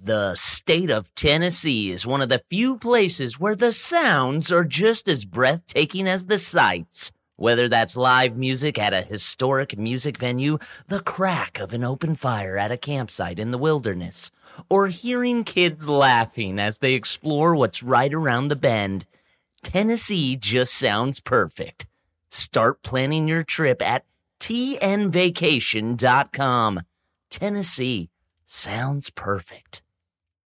[SPEAKER 2] The state of Tennessee is one of the few places where the sounds are just as breathtaking as the sights. Whether that's live music at a historic music venue, the crack of an open fire at a campsite in the wilderness, or hearing kids laughing as they explore what's right around the bend, Tennessee just sounds perfect. Start planning your trip at tnvacation.com. Tennessee sounds perfect.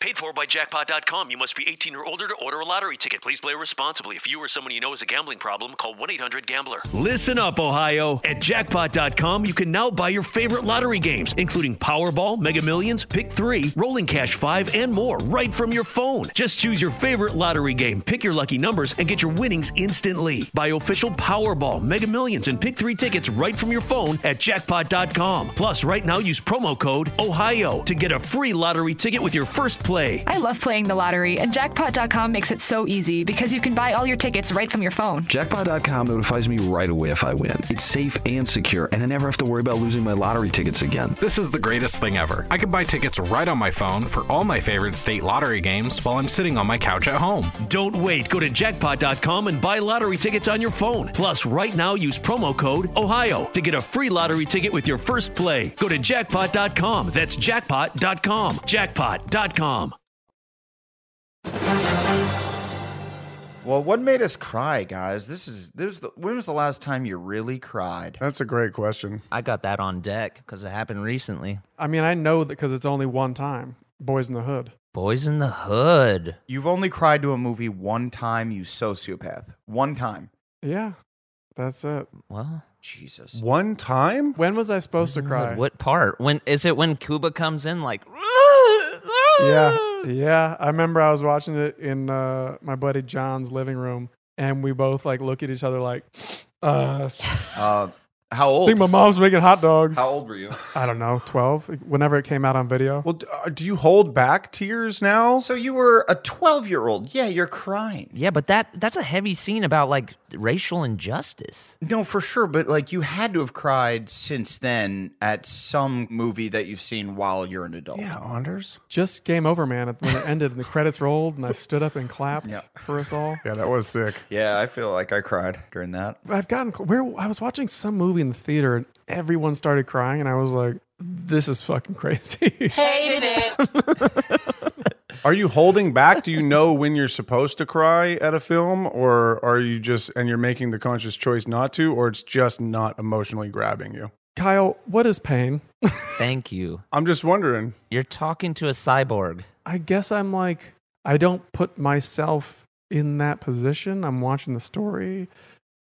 [SPEAKER 17] Paid for by jackpot.com. You must be 18 or older to order a lottery ticket. Please play responsibly. If you or someone you know has a gambling problem, call 1 800 Gambler. Listen up, Ohio. At jackpot.com, you can now buy your favorite lottery games, including Powerball, Mega Millions, Pick 3, Rolling Cash 5, and more, right from your phone. Just choose your favorite lottery game, pick your lucky numbers, and get your winnings instantly. Buy official Powerball, Mega Millions, and Pick 3 tickets right from your phone at jackpot.com. Plus, right now, use promo code OHIO to get a free lottery ticket with your first play.
[SPEAKER 18] I love playing the lottery, and jackpot.com makes it so easy because you can buy all your tickets right from your phone.
[SPEAKER 19] Jackpot.com notifies me right away if I win. It's safe and secure, and I never have to worry about losing my lottery tickets again.
[SPEAKER 20] This is the greatest thing ever. I can buy tickets right on my phone for all my favorite state lottery games while I'm sitting on my couch at home.
[SPEAKER 17] Don't wait. Go to jackpot.com and buy lottery tickets on your phone. Plus, right now, use promo code OHIO to get a free lottery ticket with your first play. Go to jackpot.com. That's jackpot.com. Jackpot.com.
[SPEAKER 8] Well, what made us cry, guys? This is this. Was the, when was the last time you really cried?
[SPEAKER 7] That's a great question.
[SPEAKER 2] I got that on deck because it happened recently.
[SPEAKER 1] I mean, I know that because it's only one time. Boys in the Hood.
[SPEAKER 2] Boys in the Hood.
[SPEAKER 8] You've only cried to a movie one time, you sociopath. One time.
[SPEAKER 1] Yeah, that's it.
[SPEAKER 2] Well,
[SPEAKER 8] Jesus.
[SPEAKER 7] One time?
[SPEAKER 1] When was I supposed to cry?
[SPEAKER 2] What part? When is it? When Cuba comes in, like
[SPEAKER 1] yeah, yeah. I remember I was watching it in uh, my buddy John's living room, and we both like look at each other like, uh,
[SPEAKER 8] Uh, how old?
[SPEAKER 1] I think my mom's making hot dogs.
[SPEAKER 8] How old were you?
[SPEAKER 1] I don't know, twelve. Whenever it came out on video.
[SPEAKER 7] Well, uh, do you hold back tears now?
[SPEAKER 8] So you were a twelve-year-old. Yeah, you're crying.
[SPEAKER 2] Yeah, but that that's a heavy scene about like racial injustice.
[SPEAKER 8] No, for sure. But like, you had to have cried since then at some movie that you've seen while you're an adult.
[SPEAKER 7] Yeah, Anders.
[SPEAKER 1] Just game over, man. When it ended and the credits rolled, and I stood up and clapped
[SPEAKER 8] Yeah.
[SPEAKER 1] for us all.
[SPEAKER 7] Yeah, that was sick.
[SPEAKER 8] Yeah, I feel like I cried during that.
[SPEAKER 1] I've gotten cl- where I was watching some movie in the theater, and everyone started crying, and I was like, "This is fucking crazy."
[SPEAKER 15] Hated it.
[SPEAKER 7] Are you holding back? Do you know when you're supposed to cry at a film, or are you just and you're making the conscious choice not to, or it's just not emotionally grabbing you?
[SPEAKER 1] Kyle, what is pain?
[SPEAKER 2] Thank you.
[SPEAKER 7] I'm just wondering.
[SPEAKER 2] You're talking to a cyborg.
[SPEAKER 1] I guess I'm like, I don't put myself in that position. I'm watching the story.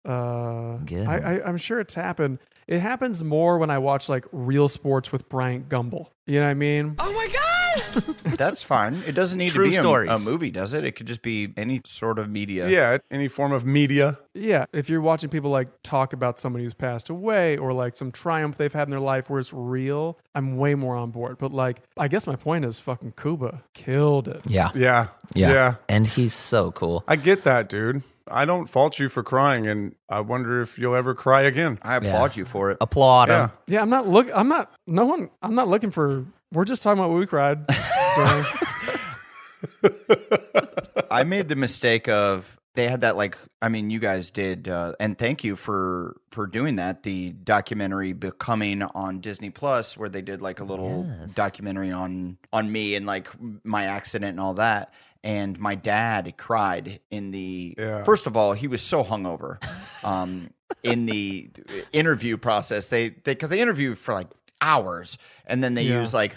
[SPEAKER 1] Uh,
[SPEAKER 2] Get
[SPEAKER 1] I,
[SPEAKER 2] it.
[SPEAKER 1] I, I'm sure it's happened. It happens more when I watch like real sports with Bryant Gumbel. You know what I mean?
[SPEAKER 8] Oh my god! That's fine. It doesn't need
[SPEAKER 1] True
[SPEAKER 8] to be a-
[SPEAKER 1] stories.
[SPEAKER 8] A, movie, does it? It could just be any sort of media.
[SPEAKER 7] Yeah, any form of media.
[SPEAKER 1] Yeah, if you're watching people like talk about somebody who's passed away or like some triumph they've had in their life where it's real, I'm way more on board. But like, I guess my point is fucking Cuba killed it.
[SPEAKER 2] Yeah.
[SPEAKER 7] Yeah.
[SPEAKER 2] Yeah.
[SPEAKER 7] Yeah.
[SPEAKER 2] And he's so cool.
[SPEAKER 7] I get that, dude. I don't fault you for crying, and I wonder if you'll ever cry again.
[SPEAKER 8] I
[SPEAKER 2] applaud
[SPEAKER 8] you for it.
[SPEAKER 2] Applaud
[SPEAKER 7] Yeah.
[SPEAKER 2] him.
[SPEAKER 1] Yeah, I'm not look. I'm not. No one. I'm not looking for. We're just talking about what we cried. So,
[SPEAKER 8] I made the mistake of they had that like I mean you guys did uh, and thank you for for doing that the documentary becoming on Disney Plus where they did like a little documentary on on me and like my accident and all that and my dad cried in the first of all he was so hungover um in the interview process they they cuz they interviewed for like hours and then they
[SPEAKER 7] Yeah.
[SPEAKER 8] used like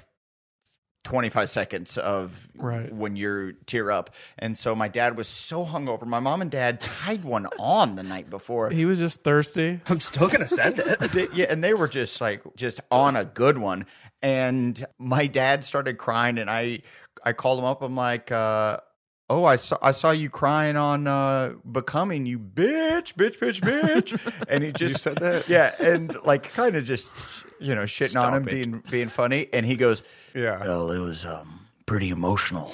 [SPEAKER 8] 25 seconds of
[SPEAKER 7] Right.
[SPEAKER 8] when you tear up. And so my dad was so hungover. My mom and dad tied one on the night before.
[SPEAKER 1] he was just thirsty.
[SPEAKER 8] I'm still gonna send it. They- yeah, and they were just like just on a good one. And my dad started crying, and I I called him up. I'm like, uh, oh, I saw I saw you crying on uh, becoming you bitch, bitch, bitch, bitch. and he just said that. Yeah, and like kind of just you know shitting
[SPEAKER 7] Stop
[SPEAKER 8] on him,
[SPEAKER 7] it.
[SPEAKER 8] being being funny. And he goes,
[SPEAKER 7] yeah,
[SPEAKER 8] well, it was um pretty emotional.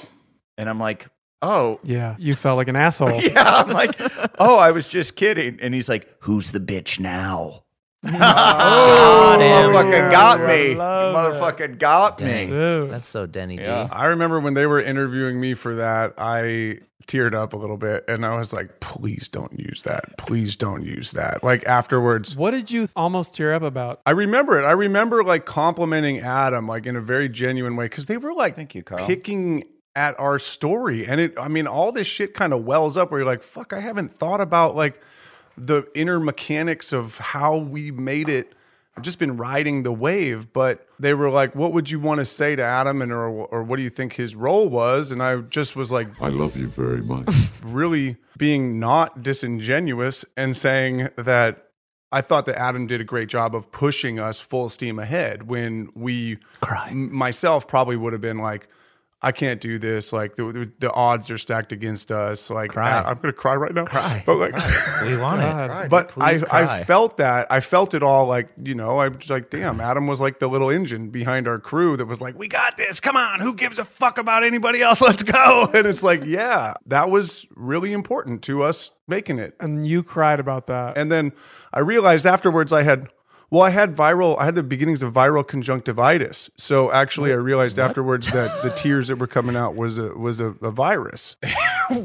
[SPEAKER 8] And I'm like, oh,
[SPEAKER 1] Yeah, you felt like an asshole.
[SPEAKER 8] yeah, I'm like, oh, I was just kidding. And he's like, who's the bitch now?
[SPEAKER 2] Got
[SPEAKER 8] You
[SPEAKER 2] him.
[SPEAKER 8] motherfucking got me. You
[SPEAKER 2] love
[SPEAKER 8] motherfucking got me.
[SPEAKER 2] Dang. That's so Denny
[SPEAKER 7] Yeah.
[SPEAKER 2] D.
[SPEAKER 7] I remember when they were interviewing me for that, I teared up a little bit and I was like, please don't use that. Please don't use that. Like afterwards.
[SPEAKER 1] What did you almost tear up about?
[SPEAKER 7] I remember it. I remember like complimenting Adam like in a very genuine way because they were like
[SPEAKER 8] Thank you, Carl.
[SPEAKER 7] picking at our story. And it, I mean, all this shit kind of wells up where you're like, fuck, I haven't thought about like the inner mechanics of how we made it. I've just been riding the wave, but they were like, "What would you want to say to Adam, and or or what do you think his role was?" And I just was like,
[SPEAKER 21] I love you very much.
[SPEAKER 7] really being not disingenuous and saying that I thought that Adam did a great job of pushing us full steam ahead when we, m- myself, probably would have been like, I can't do this. Like the, the odds are stacked against us. Like
[SPEAKER 22] Cry.
[SPEAKER 7] I, am gonna cry right now.
[SPEAKER 22] Cry.
[SPEAKER 7] But like
[SPEAKER 22] We want it. God. Cry,
[SPEAKER 7] But
[SPEAKER 22] dude.
[SPEAKER 7] I
[SPEAKER 22] Please
[SPEAKER 7] I
[SPEAKER 22] cry.
[SPEAKER 7] felt that. I felt it all. Like you know, I was like, damn. Adam was like the little engine behind our crew that was like, we got this. Come on, who gives a fuck about anybody else? Let's go. And it's like, yeah, that was really important to us making it.
[SPEAKER 1] And you cried about that.
[SPEAKER 7] And then I realized afterwards I had well, I had viral I had the beginnings of viral conjunctivitis. So actually I realized afterwards that the tears that were coming out was a was a, a virus.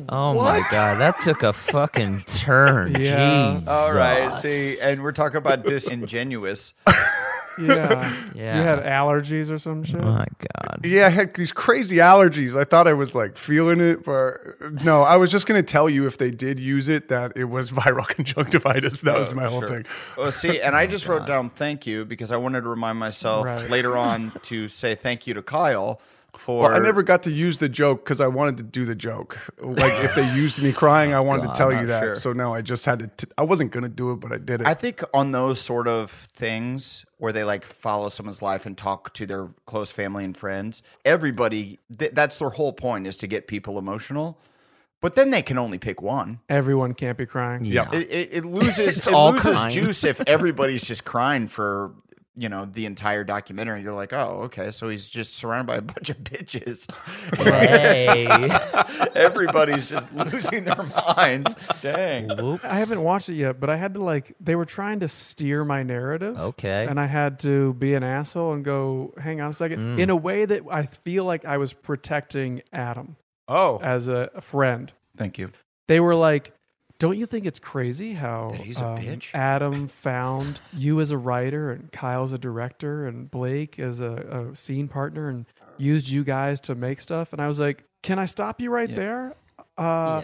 [SPEAKER 2] Oh my god, that took a fucking turn.
[SPEAKER 7] Yeah.
[SPEAKER 2] Jeez.
[SPEAKER 8] All right. See, and we're talking about disingenuous.
[SPEAKER 1] Yeah.
[SPEAKER 7] Yeah.
[SPEAKER 1] You had allergies or some shit.
[SPEAKER 2] My God.
[SPEAKER 7] Yeah, I had these crazy allergies. I thought I was like feeling it, but no, I was just going to tell you if they did use it that it was viral conjunctivitis. That was
[SPEAKER 8] Oh,
[SPEAKER 7] my whole
[SPEAKER 8] sure.
[SPEAKER 7] thing.
[SPEAKER 8] Oh, see, and I just wrote down thank you because I wanted to remind myself
[SPEAKER 7] Right.
[SPEAKER 8] later on to say thank you to Kyle for.
[SPEAKER 7] Well, I never got to use the joke because I wanted to do the joke. Like if they used me crying, I wanted
[SPEAKER 8] God,
[SPEAKER 7] to tell
[SPEAKER 8] Oh, not
[SPEAKER 7] you that.
[SPEAKER 8] sure.
[SPEAKER 7] So now I just had to. T- I wasn't going to do it, but I did it.
[SPEAKER 8] I think on those sort of things where they like follow someone's life and talk to their close family and friends, everybody th- that's their whole point is to get people emotional. But then they can only pick one.
[SPEAKER 1] Everyone can't be crying.
[SPEAKER 8] It, it, it loses,
[SPEAKER 1] It's
[SPEAKER 8] it
[SPEAKER 1] all
[SPEAKER 8] loses
[SPEAKER 1] crying.
[SPEAKER 8] juice if everybody's just crying for, you know, the entire documentary. You're like, oh, okay. So he's just surrounded by a bunch of bitches.
[SPEAKER 1] Hey.
[SPEAKER 8] Everybody's just losing their minds. Dang.
[SPEAKER 1] I haven't watched it yet, but I had to like they were trying to steer my narrative.
[SPEAKER 2] Okay.
[SPEAKER 1] And I had to be an asshole and go, hang on a second.
[SPEAKER 2] Mm.
[SPEAKER 1] In a way that I feel like I was protecting Adam.
[SPEAKER 7] Oh.
[SPEAKER 1] As a, a friend.
[SPEAKER 8] Thank you.
[SPEAKER 1] They were like, Don't you think it's crazy how
[SPEAKER 8] he's a bitch?
[SPEAKER 1] um, Adam found you as a writer and Kyle as a director and Blake as a, a scene partner and used you guys to make stuff? And I was like, Can I stop you right there? Uh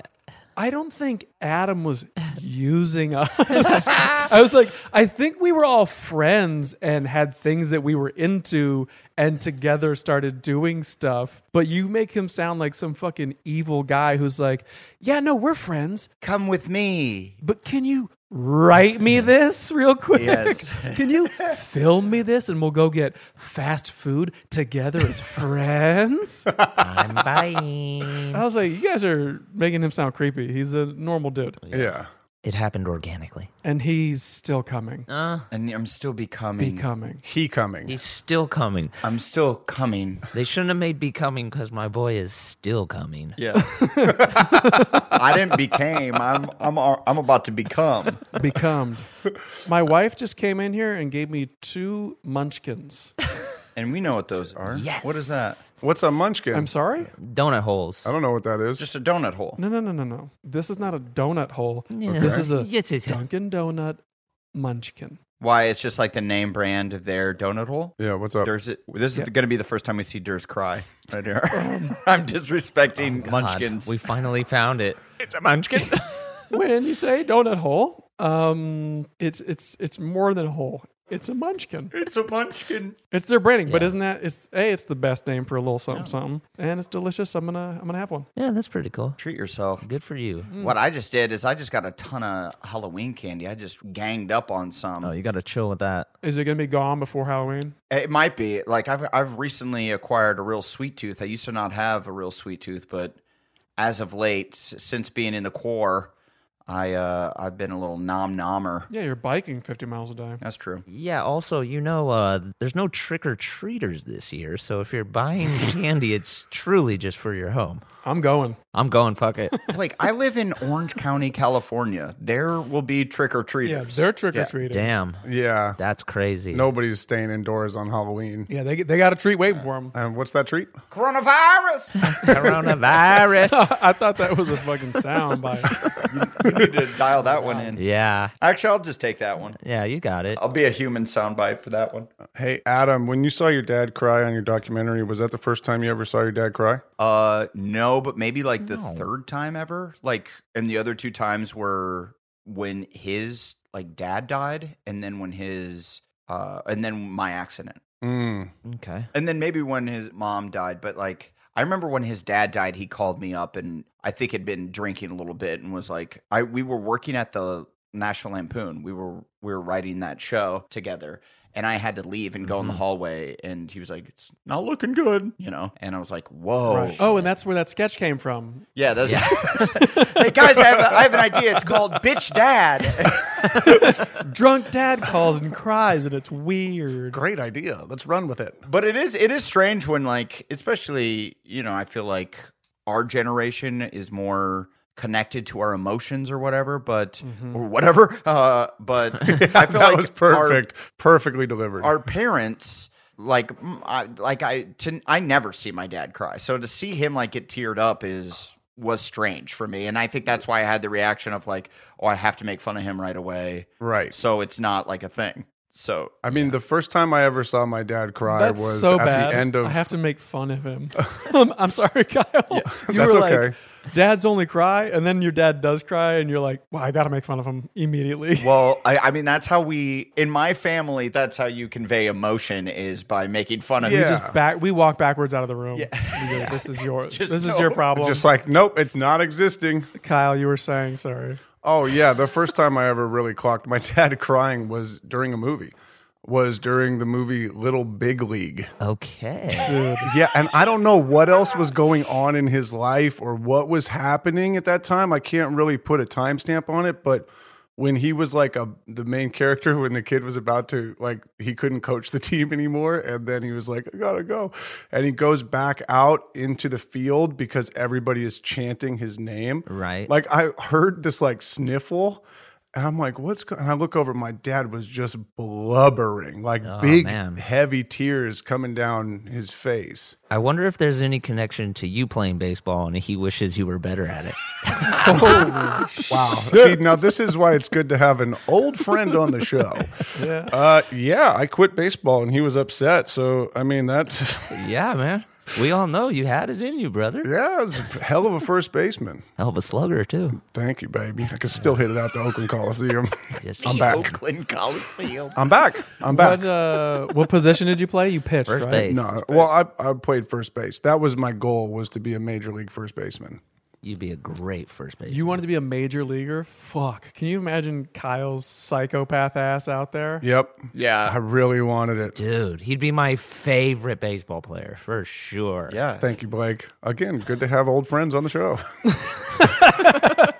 [SPEAKER 1] I don't think Adam was using us. I was like, I think we were all friends and had things that we were into and together started doing stuff. But you make him sound like some fucking evil guy who's like, yeah, no, we're friends.
[SPEAKER 8] Come with me.
[SPEAKER 1] But can you write me this real quick?
[SPEAKER 8] Yes.
[SPEAKER 1] can you film me this and we'll go get fast food together as friends?
[SPEAKER 2] I'm buying.
[SPEAKER 1] I was like, you guys are making him sound creepy. He's a normal dude.
[SPEAKER 7] Yeah.
[SPEAKER 2] It happened organically.
[SPEAKER 1] And he's still coming.
[SPEAKER 8] and I'm still becoming.
[SPEAKER 1] Becoming.
[SPEAKER 7] He coming.
[SPEAKER 2] He's still coming.
[SPEAKER 8] I'm still coming.
[SPEAKER 2] They shouldn't have made be coming because my boy is still coming.
[SPEAKER 8] Yeah. I didn't became. I'm I'm I'm about to become.
[SPEAKER 1] Become. My wife just came in here and gave me two munchkins.
[SPEAKER 8] And we know what those are.
[SPEAKER 1] Yes.
[SPEAKER 8] What is that?
[SPEAKER 7] What's a munchkin?
[SPEAKER 1] I'm sorry?
[SPEAKER 2] Donut holes.
[SPEAKER 7] I don't know what that is.
[SPEAKER 8] Just a donut hole.
[SPEAKER 1] No, no, no, no, no. This is not a donut hole.
[SPEAKER 2] Yeah.
[SPEAKER 1] This is a
[SPEAKER 2] Yes, yes, yes.
[SPEAKER 1] Dunkin' Donut munchkin.
[SPEAKER 8] Why? It's just like the name brand of their donut hole.
[SPEAKER 7] Yeah. What's up?
[SPEAKER 8] Durs, this is
[SPEAKER 1] Yeah.
[SPEAKER 8] going to be the first time we see Durs cry right here. I'm disrespecting munchkins.
[SPEAKER 2] We finally found it. It's a munchkin.
[SPEAKER 1] When you say donut hole, um, it's it's it's more than a hole. It's a munchkin.
[SPEAKER 8] It's a munchkin.
[SPEAKER 1] It's their branding, but isn't that it's a it's the best name for a little something something, and it's delicious. I'm gonna I'm gonna have one.
[SPEAKER 2] yeah, that's pretty cool.
[SPEAKER 8] Treat yourself.
[SPEAKER 2] Good for you.
[SPEAKER 8] What I just did is I just got a ton of Halloween candy. I just ganged up on some.
[SPEAKER 2] Oh, you got to chill with that.
[SPEAKER 1] Is it gonna be gone before Halloween?
[SPEAKER 8] It might be like I've I've recently acquired a real sweet tooth. I used to not have a real sweet tooth, but as of late, s- since being in the core, I uh, I've been a little nom nommer.
[SPEAKER 1] Yeah, you're biking 50 miles a day.
[SPEAKER 8] That's true.
[SPEAKER 2] Yeah, also, you know, uh, there's no trick or treaters this year. So if you're buying candy, it's truly just for your home.
[SPEAKER 1] I'm going.
[SPEAKER 2] I'm going. Fuck it.
[SPEAKER 8] Like I live in Orange County, California. There will be trick or treaters.
[SPEAKER 1] Yeah, they're trick or treating.
[SPEAKER 2] Damn.
[SPEAKER 7] Yeah.
[SPEAKER 2] That's crazy.
[SPEAKER 7] Nobody's staying indoors on Halloween.
[SPEAKER 1] Yeah, they they got a treat waiting for them.
[SPEAKER 7] And what's that treat?
[SPEAKER 8] Coronavirus.
[SPEAKER 2] Coronavirus.
[SPEAKER 1] I thought that was a fucking sound bite.
[SPEAKER 8] we need to dial that one in.
[SPEAKER 2] yeah.
[SPEAKER 8] Actually, I'll just take that one.
[SPEAKER 2] Yeah, you got it.
[SPEAKER 8] I'll be a human soundbite for that one.
[SPEAKER 7] Hey, Adam, when you saw your dad cry on your documentary, was that the first time you ever saw your dad cry?
[SPEAKER 8] Uh, no, but maybe like the third time ever. Like, and the other two times were when his like dad died, and then when his uh, and then my accident,
[SPEAKER 7] Mm.
[SPEAKER 2] Okay.
[SPEAKER 8] and then maybe when his mom died. But like, I remember when his dad died, he called me up, and I think had been drinking a little bit, and was like, I we were working at the National Lampoon. We were we were writing that show together, and I had to leave and go in the hallway, and he was like, "It's not looking good," you know, and I was like, "Whoa."
[SPEAKER 1] Right. Oh, and that's where that sketch came from.
[SPEAKER 8] Yeah, those. hey guys, I have, a, I have an idea. It's called Bitch Dad.
[SPEAKER 1] Drunk dad calls and cries, and it's weird.
[SPEAKER 7] Great idea. Let's run with it.
[SPEAKER 8] But it is it is strange when like especially, you know, I feel like our generation is more connected to our emotions or whatever, but or whatever. Uh but I feel
[SPEAKER 7] Mm-hmm. that
[SPEAKER 8] like
[SPEAKER 7] was
[SPEAKER 8] our-
[SPEAKER 7] perfect, perfectly delivered.
[SPEAKER 8] Our parents like mm, I like I to, I never see my dad cry. So to see him like get teared up is was strange for me and I think that's why I had the reaction of like oh I have to make fun of him right away.
[SPEAKER 7] Right.
[SPEAKER 8] So it's not like a thing. So
[SPEAKER 7] I mean, the first time I ever saw my dad cry
[SPEAKER 1] That's
[SPEAKER 7] was
[SPEAKER 1] so
[SPEAKER 7] at
[SPEAKER 1] bad.
[SPEAKER 7] the end of
[SPEAKER 1] I have to make fun of him. Um, I'm, I'm sorry, Kyle. you
[SPEAKER 7] that's
[SPEAKER 1] were like,
[SPEAKER 7] okay.
[SPEAKER 1] "Dad's only cry," and then your dad does cry, and you're like, "Well, I got to make fun of him immediately."
[SPEAKER 8] Well, I, I mean, that's how we in my family. That's how you convey emotion is by making fun of.
[SPEAKER 1] We just back. We walk backwards out of the room. We go, this is your. this is your problem.
[SPEAKER 7] Just like, nope, it's not existing.
[SPEAKER 1] Kyle, you were saying sorry.
[SPEAKER 7] Oh yeah, the first time I ever really clocked my dad crying was during a movie. Was during the movie Little Big League.
[SPEAKER 2] Okay.
[SPEAKER 7] Yeah, and I don't know what else was going on in his life or what was happening at that time. I can't really put a timestamp on it, but when he was like a the main character when the kid was about to like he couldn't coach the team anymore and then he was like I got to go and he goes back out into the field because everybody is chanting his name.
[SPEAKER 2] Right.
[SPEAKER 7] Like I heard this like sniffle and I'm like, what's going? And I look over. My dad was just blubbering, like
[SPEAKER 2] Oh,
[SPEAKER 7] big,
[SPEAKER 2] man.
[SPEAKER 7] heavy tears coming down his face.
[SPEAKER 2] I wonder if there's any connection to you playing baseball and he wishes you were better at it.
[SPEAKER 7] wow.
[SPEAKER 1] Oh,
[SPEAKER 7] See, now this is why it's good to have an old friend on the show.
[SPEAKER 1] Yeah.
[SPEAKER 7] Uh, yeah, I quit baseball and he was upset. So, I mean, that.
[SPEAKER 2] yeah, man. We all know you had it in you, brother.
[SPEAKER 7] Yeah, I was a hell of a first baseman.
[SPEAKER 2] Hell of a slugger, too.
[SPEAKER 7] Thank you, baby. I can still hit it out the Oakland Coliseum. I'm back.
[SPEAKER 8] Oakland Coliseum.
[SPEAKER 7] I'm back. I'm back.
[SPEAKER 1] What, uh, what position did you play? You pitched, right?
[SPEAKER 7] No, well, I, I played first base. That was my goal was to be a major league first baseman.
[SPEAKER 2] You'd be a great first baseman.
[SPEAKER 1] You wanted to be a major leaguer? Fuck. Can you imagine Kyle's psychopath ass out there?
[SPEAKER 7] Yep.
[SPEAKER 8] Yeah.
[SPEAKER 7] I really wanted it.
[SPEAKER 2] Dude, he'd be my favorite baseball player for sure.
[SPEAKER 8] Yeah.
[SPEAKER 7] Thank you, Blake. Again, good to have old friends on the show.
[SPEAKER 1] Kyle,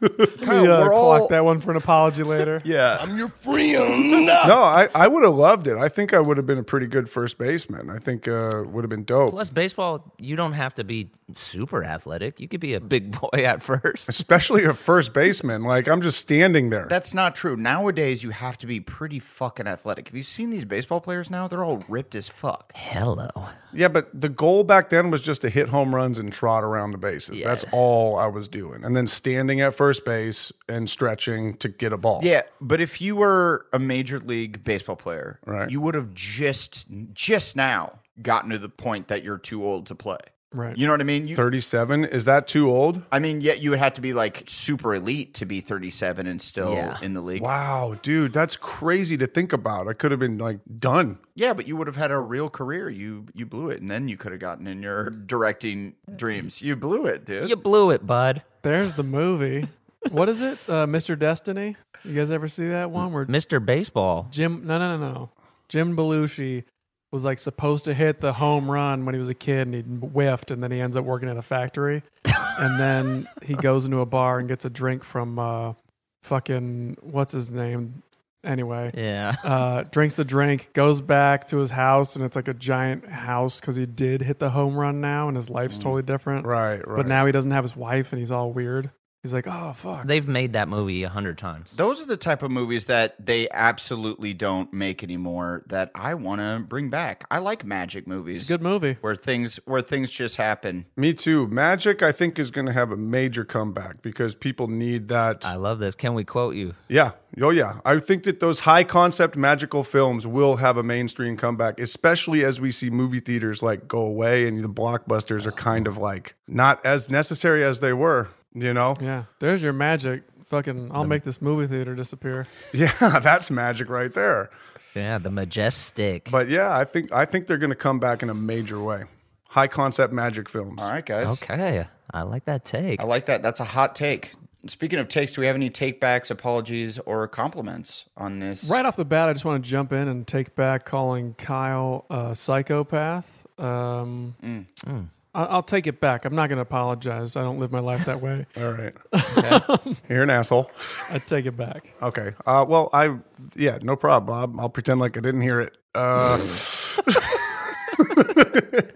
[SPEAKER 1] we, uh, clock that one for an apology later.
[SPEAKER 8] yeah.
[SPEAKER 1] I'm
[SPEAKER 7] your friend. No, I, I would have loved it. I think I would have been a pretty good first baseman. I think uh, would have been dope.
[SPEAKER 2] Plus, baseball, you don't have to be super athletic. You could be a big boy at first.
[SPEAKER 7] Especially a first baseman. Like, I'm just standing there.
[SPEAKER 8] That's not true. Nowadays, you have to be pretty fucking athletic. Have you seen these baseball players now? They're all ripped as fuck.
[SPEAKER 2] Hello.
[SPEAKER 7] Yeah, but the goal back then was just to hit home runs and trot around the bases. That's all I was doing. And then standing at first base and stretching to get a ball.
[SPEAKER 8] Yeah, but if you were a major league baseball player,
[SPEAKER 7] Right.
[SPEAKER 8] you would have just just now gotten to the point that you're too old to play.
[SPEAKER 1] Right.
[SPEAKER 8] You know what I mean? You,
[SPEAKER 7] 37, is that too old?
[SPEAKER 8] I mean, yet you would have to be like super elite to be 37 and still
[SPEAKER 7] Yeah.
[SPEAKER 8] in the league.
[SPEAKER 7] Wow, dude, that's crazy to think about. I could have been like done.
[SPEAKER 8] Yeah, but you would have had a real career. You you blew it, and then you could have gotten in your directing dreams. You blew it, dude.
[SPEAKER 2] You blew it, bud.
[SPEAKER 1] There's the movie. what is it? Uh, Mr. Destiny? You guys ever see that one where
[SPEAKER 2] Mr. Baseball.
[SPEAKER 1] Jim? No, no, no, no. Jim Belushi was like supposed to hit the home run when he was a kid, and he whiffed, and then he ends up working at a factory, and then he goes into a bar and gets a drink from uh, fucking what's his name. Anyway,
[SPEAKER 2] Yeah.
[SPEAKER 1] uh, drinks the drink, goes back to his house, and it's like a giant house because he did hit the home run now, and his life's totally different.
[SPEAKER 7] Right,
[SPEAKER 1] But
[SPEAKER 7] right.
[SPEAKER 1] now he doesn't have his wife, and he's all weird. He's like, oh fuck.
[SPEAKER 2] They've made that movie a hundred times.
[SPEAKER 8] Those are the type of movies that they absolutely don't make anymore. That I want to bring back. I like magic movies.
[SPEAKER 1] good movie
[SPEAKER 8] where things where things just happen.
[SPEAKER 7] Me too. Magic, I think, is going to have a major comeback because people need that. I
[SPEAKER 2] love this. Can we quote you?
[SPEAKER 7] Yeah. Oh, yeah. I think that those high concept magical films will have a mainstream comeback, especially as we see movie theaters like go away and the blockbusters are kind of like not as necessary as they were, you know?
[SPEAKER 1] Yeah. There's your magic. Fucking, I'll make this movie theater disappear.
[SPEAKER 7] Yeah, that's magic right there.
[SPEAKER 2] Yeah, the majestic.
[SPEAKER 7] But yeah, I think I think they're going to come back in a major way. High concept magic films.
[SPEAKER 8] All right, guys.
[SPEAKER 2] Okay. I like that take.
[SPEAKER 8] I like that. That's a hot take. Speaking of takes, do we have any takebacks, apologies, or compliments on this?
[SPEAKER 1] Right off the bat, I just want to jump in and take back calling Kyle a psychopath. Um,
[SPEAKER 8] Mm.
[SPEAKER 2] Mm.
[SPEAKER 1] I- I'll take it back. I'm not going to apologize. I don't live my life that way.
[SPEAKER 7] All right.
[SPEAKER 1] You're
[SPEAKER 7] an asshole.
[SPEAKER 1] I take it back.
[SPEAKER 7] Okay. Uh, well, I yeah, no problem, Bob. I'll pretend like I didn't hear it. Uh,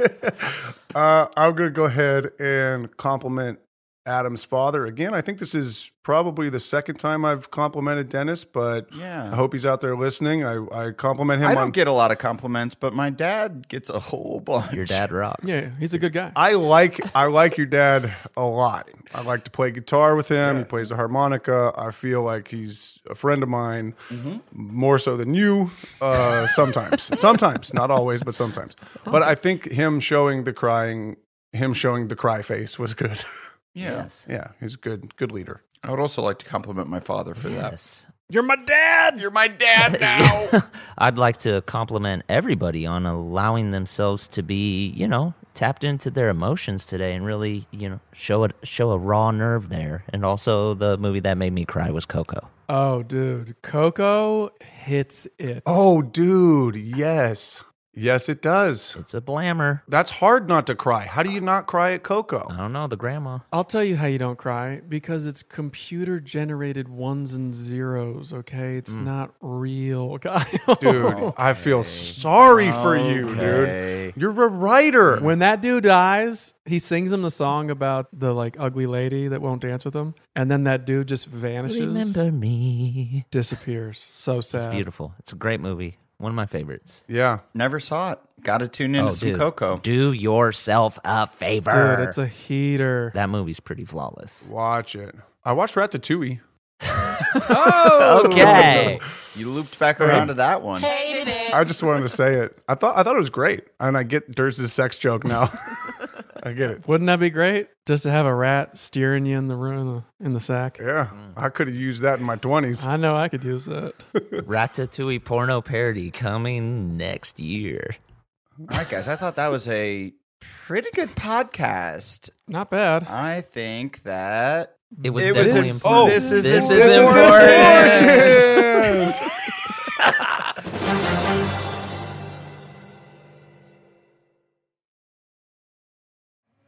[SPEAKER 7] uh, I'm gonna go ahead and compliment Adam's father again. I think this is probably the second time I've complimented Dennis, but
[SPEAKER 8] Yeah.
[SPEAKER 7] I hope he's out there listening. I, I compliment him
[SPEAKER 8] I
[SPEAKER 7] on
[SPEAKER 8] don't get a lot of compliments, but my dad gets a whole bunch. Your
[SPEAKER 2] dad rocks.
[SPEAKER 1] Yeah, he's a good guy.
[SPEAKER 7] I like I like your dad a lot. I like to play guitar with him. He plays the harmonica. I feel like he's a friend of mine, more so than you. Uh, sometimes, sometimes, not always, but sometimes. But I think him showing the crying, him showing the cry face was good.
[SPEAKER 8] Yeah.
[SPEAKER 7] yeah, he's a good, good leader.
[SPEAKER 8] I would also like to compliment my father for
[SPEAKER 7] You're my dad.
[SPEAKER 8] You're my dad now.
[SPEAKER 2] I'd like to compliment everybody on allowing themselves to be, you know, tapped into their emotions today and really, you know, show it show a raw nerve there. And also the movie that made me cry was Coco.
[SPEAKER 1] Oh, dude. Coco hits it.
[SPEAKER 7] Oh, dude, yes, yes, it does.
[SPEAKER 2] It's a blammer.
[SPEAKER 7] That's hard not to cry. How do you not cry at Coco? I
[SPEAKER 2] don't know. The grandma.
[SPEAKER 1] I'll tell you how you don't cry because it's computer generated ones and zeros, okay? It's not real, Kyle.
[SPEAKER 7] Mm. Dude, I feel sorry for you, dude. You're a writer.
[SPEAKER 1] When that dude dies, he sings him the song about the like ugly lady that won't dance with him, and then that dude just vanishes.
[SPEAKER 2] Remember me.
[SPEAKER 1] Disappears. So sad.
[SPEAKER 2] It's beautiful. It's a great movie. One of my favorites.
[SPEAKER 7] Yeah.
[SPEAKER 8] Never saw it. Got to tune into
[SPEAKER 2] Oh,
[SPEAKER 8] some
[SPEAKER 2] dude,
[SPEAKER 8] Coco.
[SPEAKER 2] Do yourself a favor.
[SPEAKER 1] Dude, it's a heater.
[SPEAKER 2] That movie's pretty flawless.
[SPEAKER 7] Watch it. I watched Ratatouille.
[SPEAKER 8] oh,
[SPEAKER 2] Okay.
[SPEAKER 8] you looped back around to that one.
[SPEAKER 7] I just wanted to say it. I thought I thought it was great, and I get Durs's sex joke now. I get it.
[SPEAKER 1] Wouldn't that be great? Just to have a rat steering you in the room in the sack.
[SPEAKER 7] Yeah, I could have used that in my twenties.
[SPEAKER 1] I know I could use that.
[SPEAKER 2] Ratatouille porno parody coming next year.
[SPEAKER 8] All right, guys. I thought that was a pretty good podcast.
[SPEAKER 1] Not bad.
[SPEAKER 8] I think that
[SPEAKER 2] it was
[SPEAKER 1] definitely
[SPEAKER 8] im-
[SPEAKER 1] important.
[SPEAKER 8] This is
[SPEAKER 1] This is
[SPEAKER 8] important.
[SPEAKER 1] important.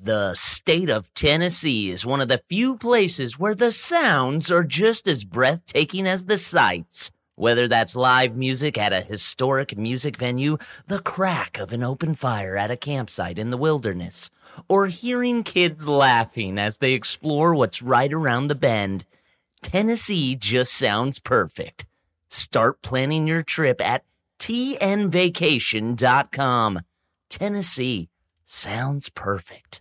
[SPEAKER 2] The state of Tennessee is one of the few places where the sounds are just as breathtaking as the sights. Whether that's live music at a historic music venue, the crack of an open fire at a campsite in the wilderness, or hearing kids laughing as they explore what's right around the bend, Tennessee just sounds perfect. Start planning your trip at tnvacation.com. Tennessee sounds perfect.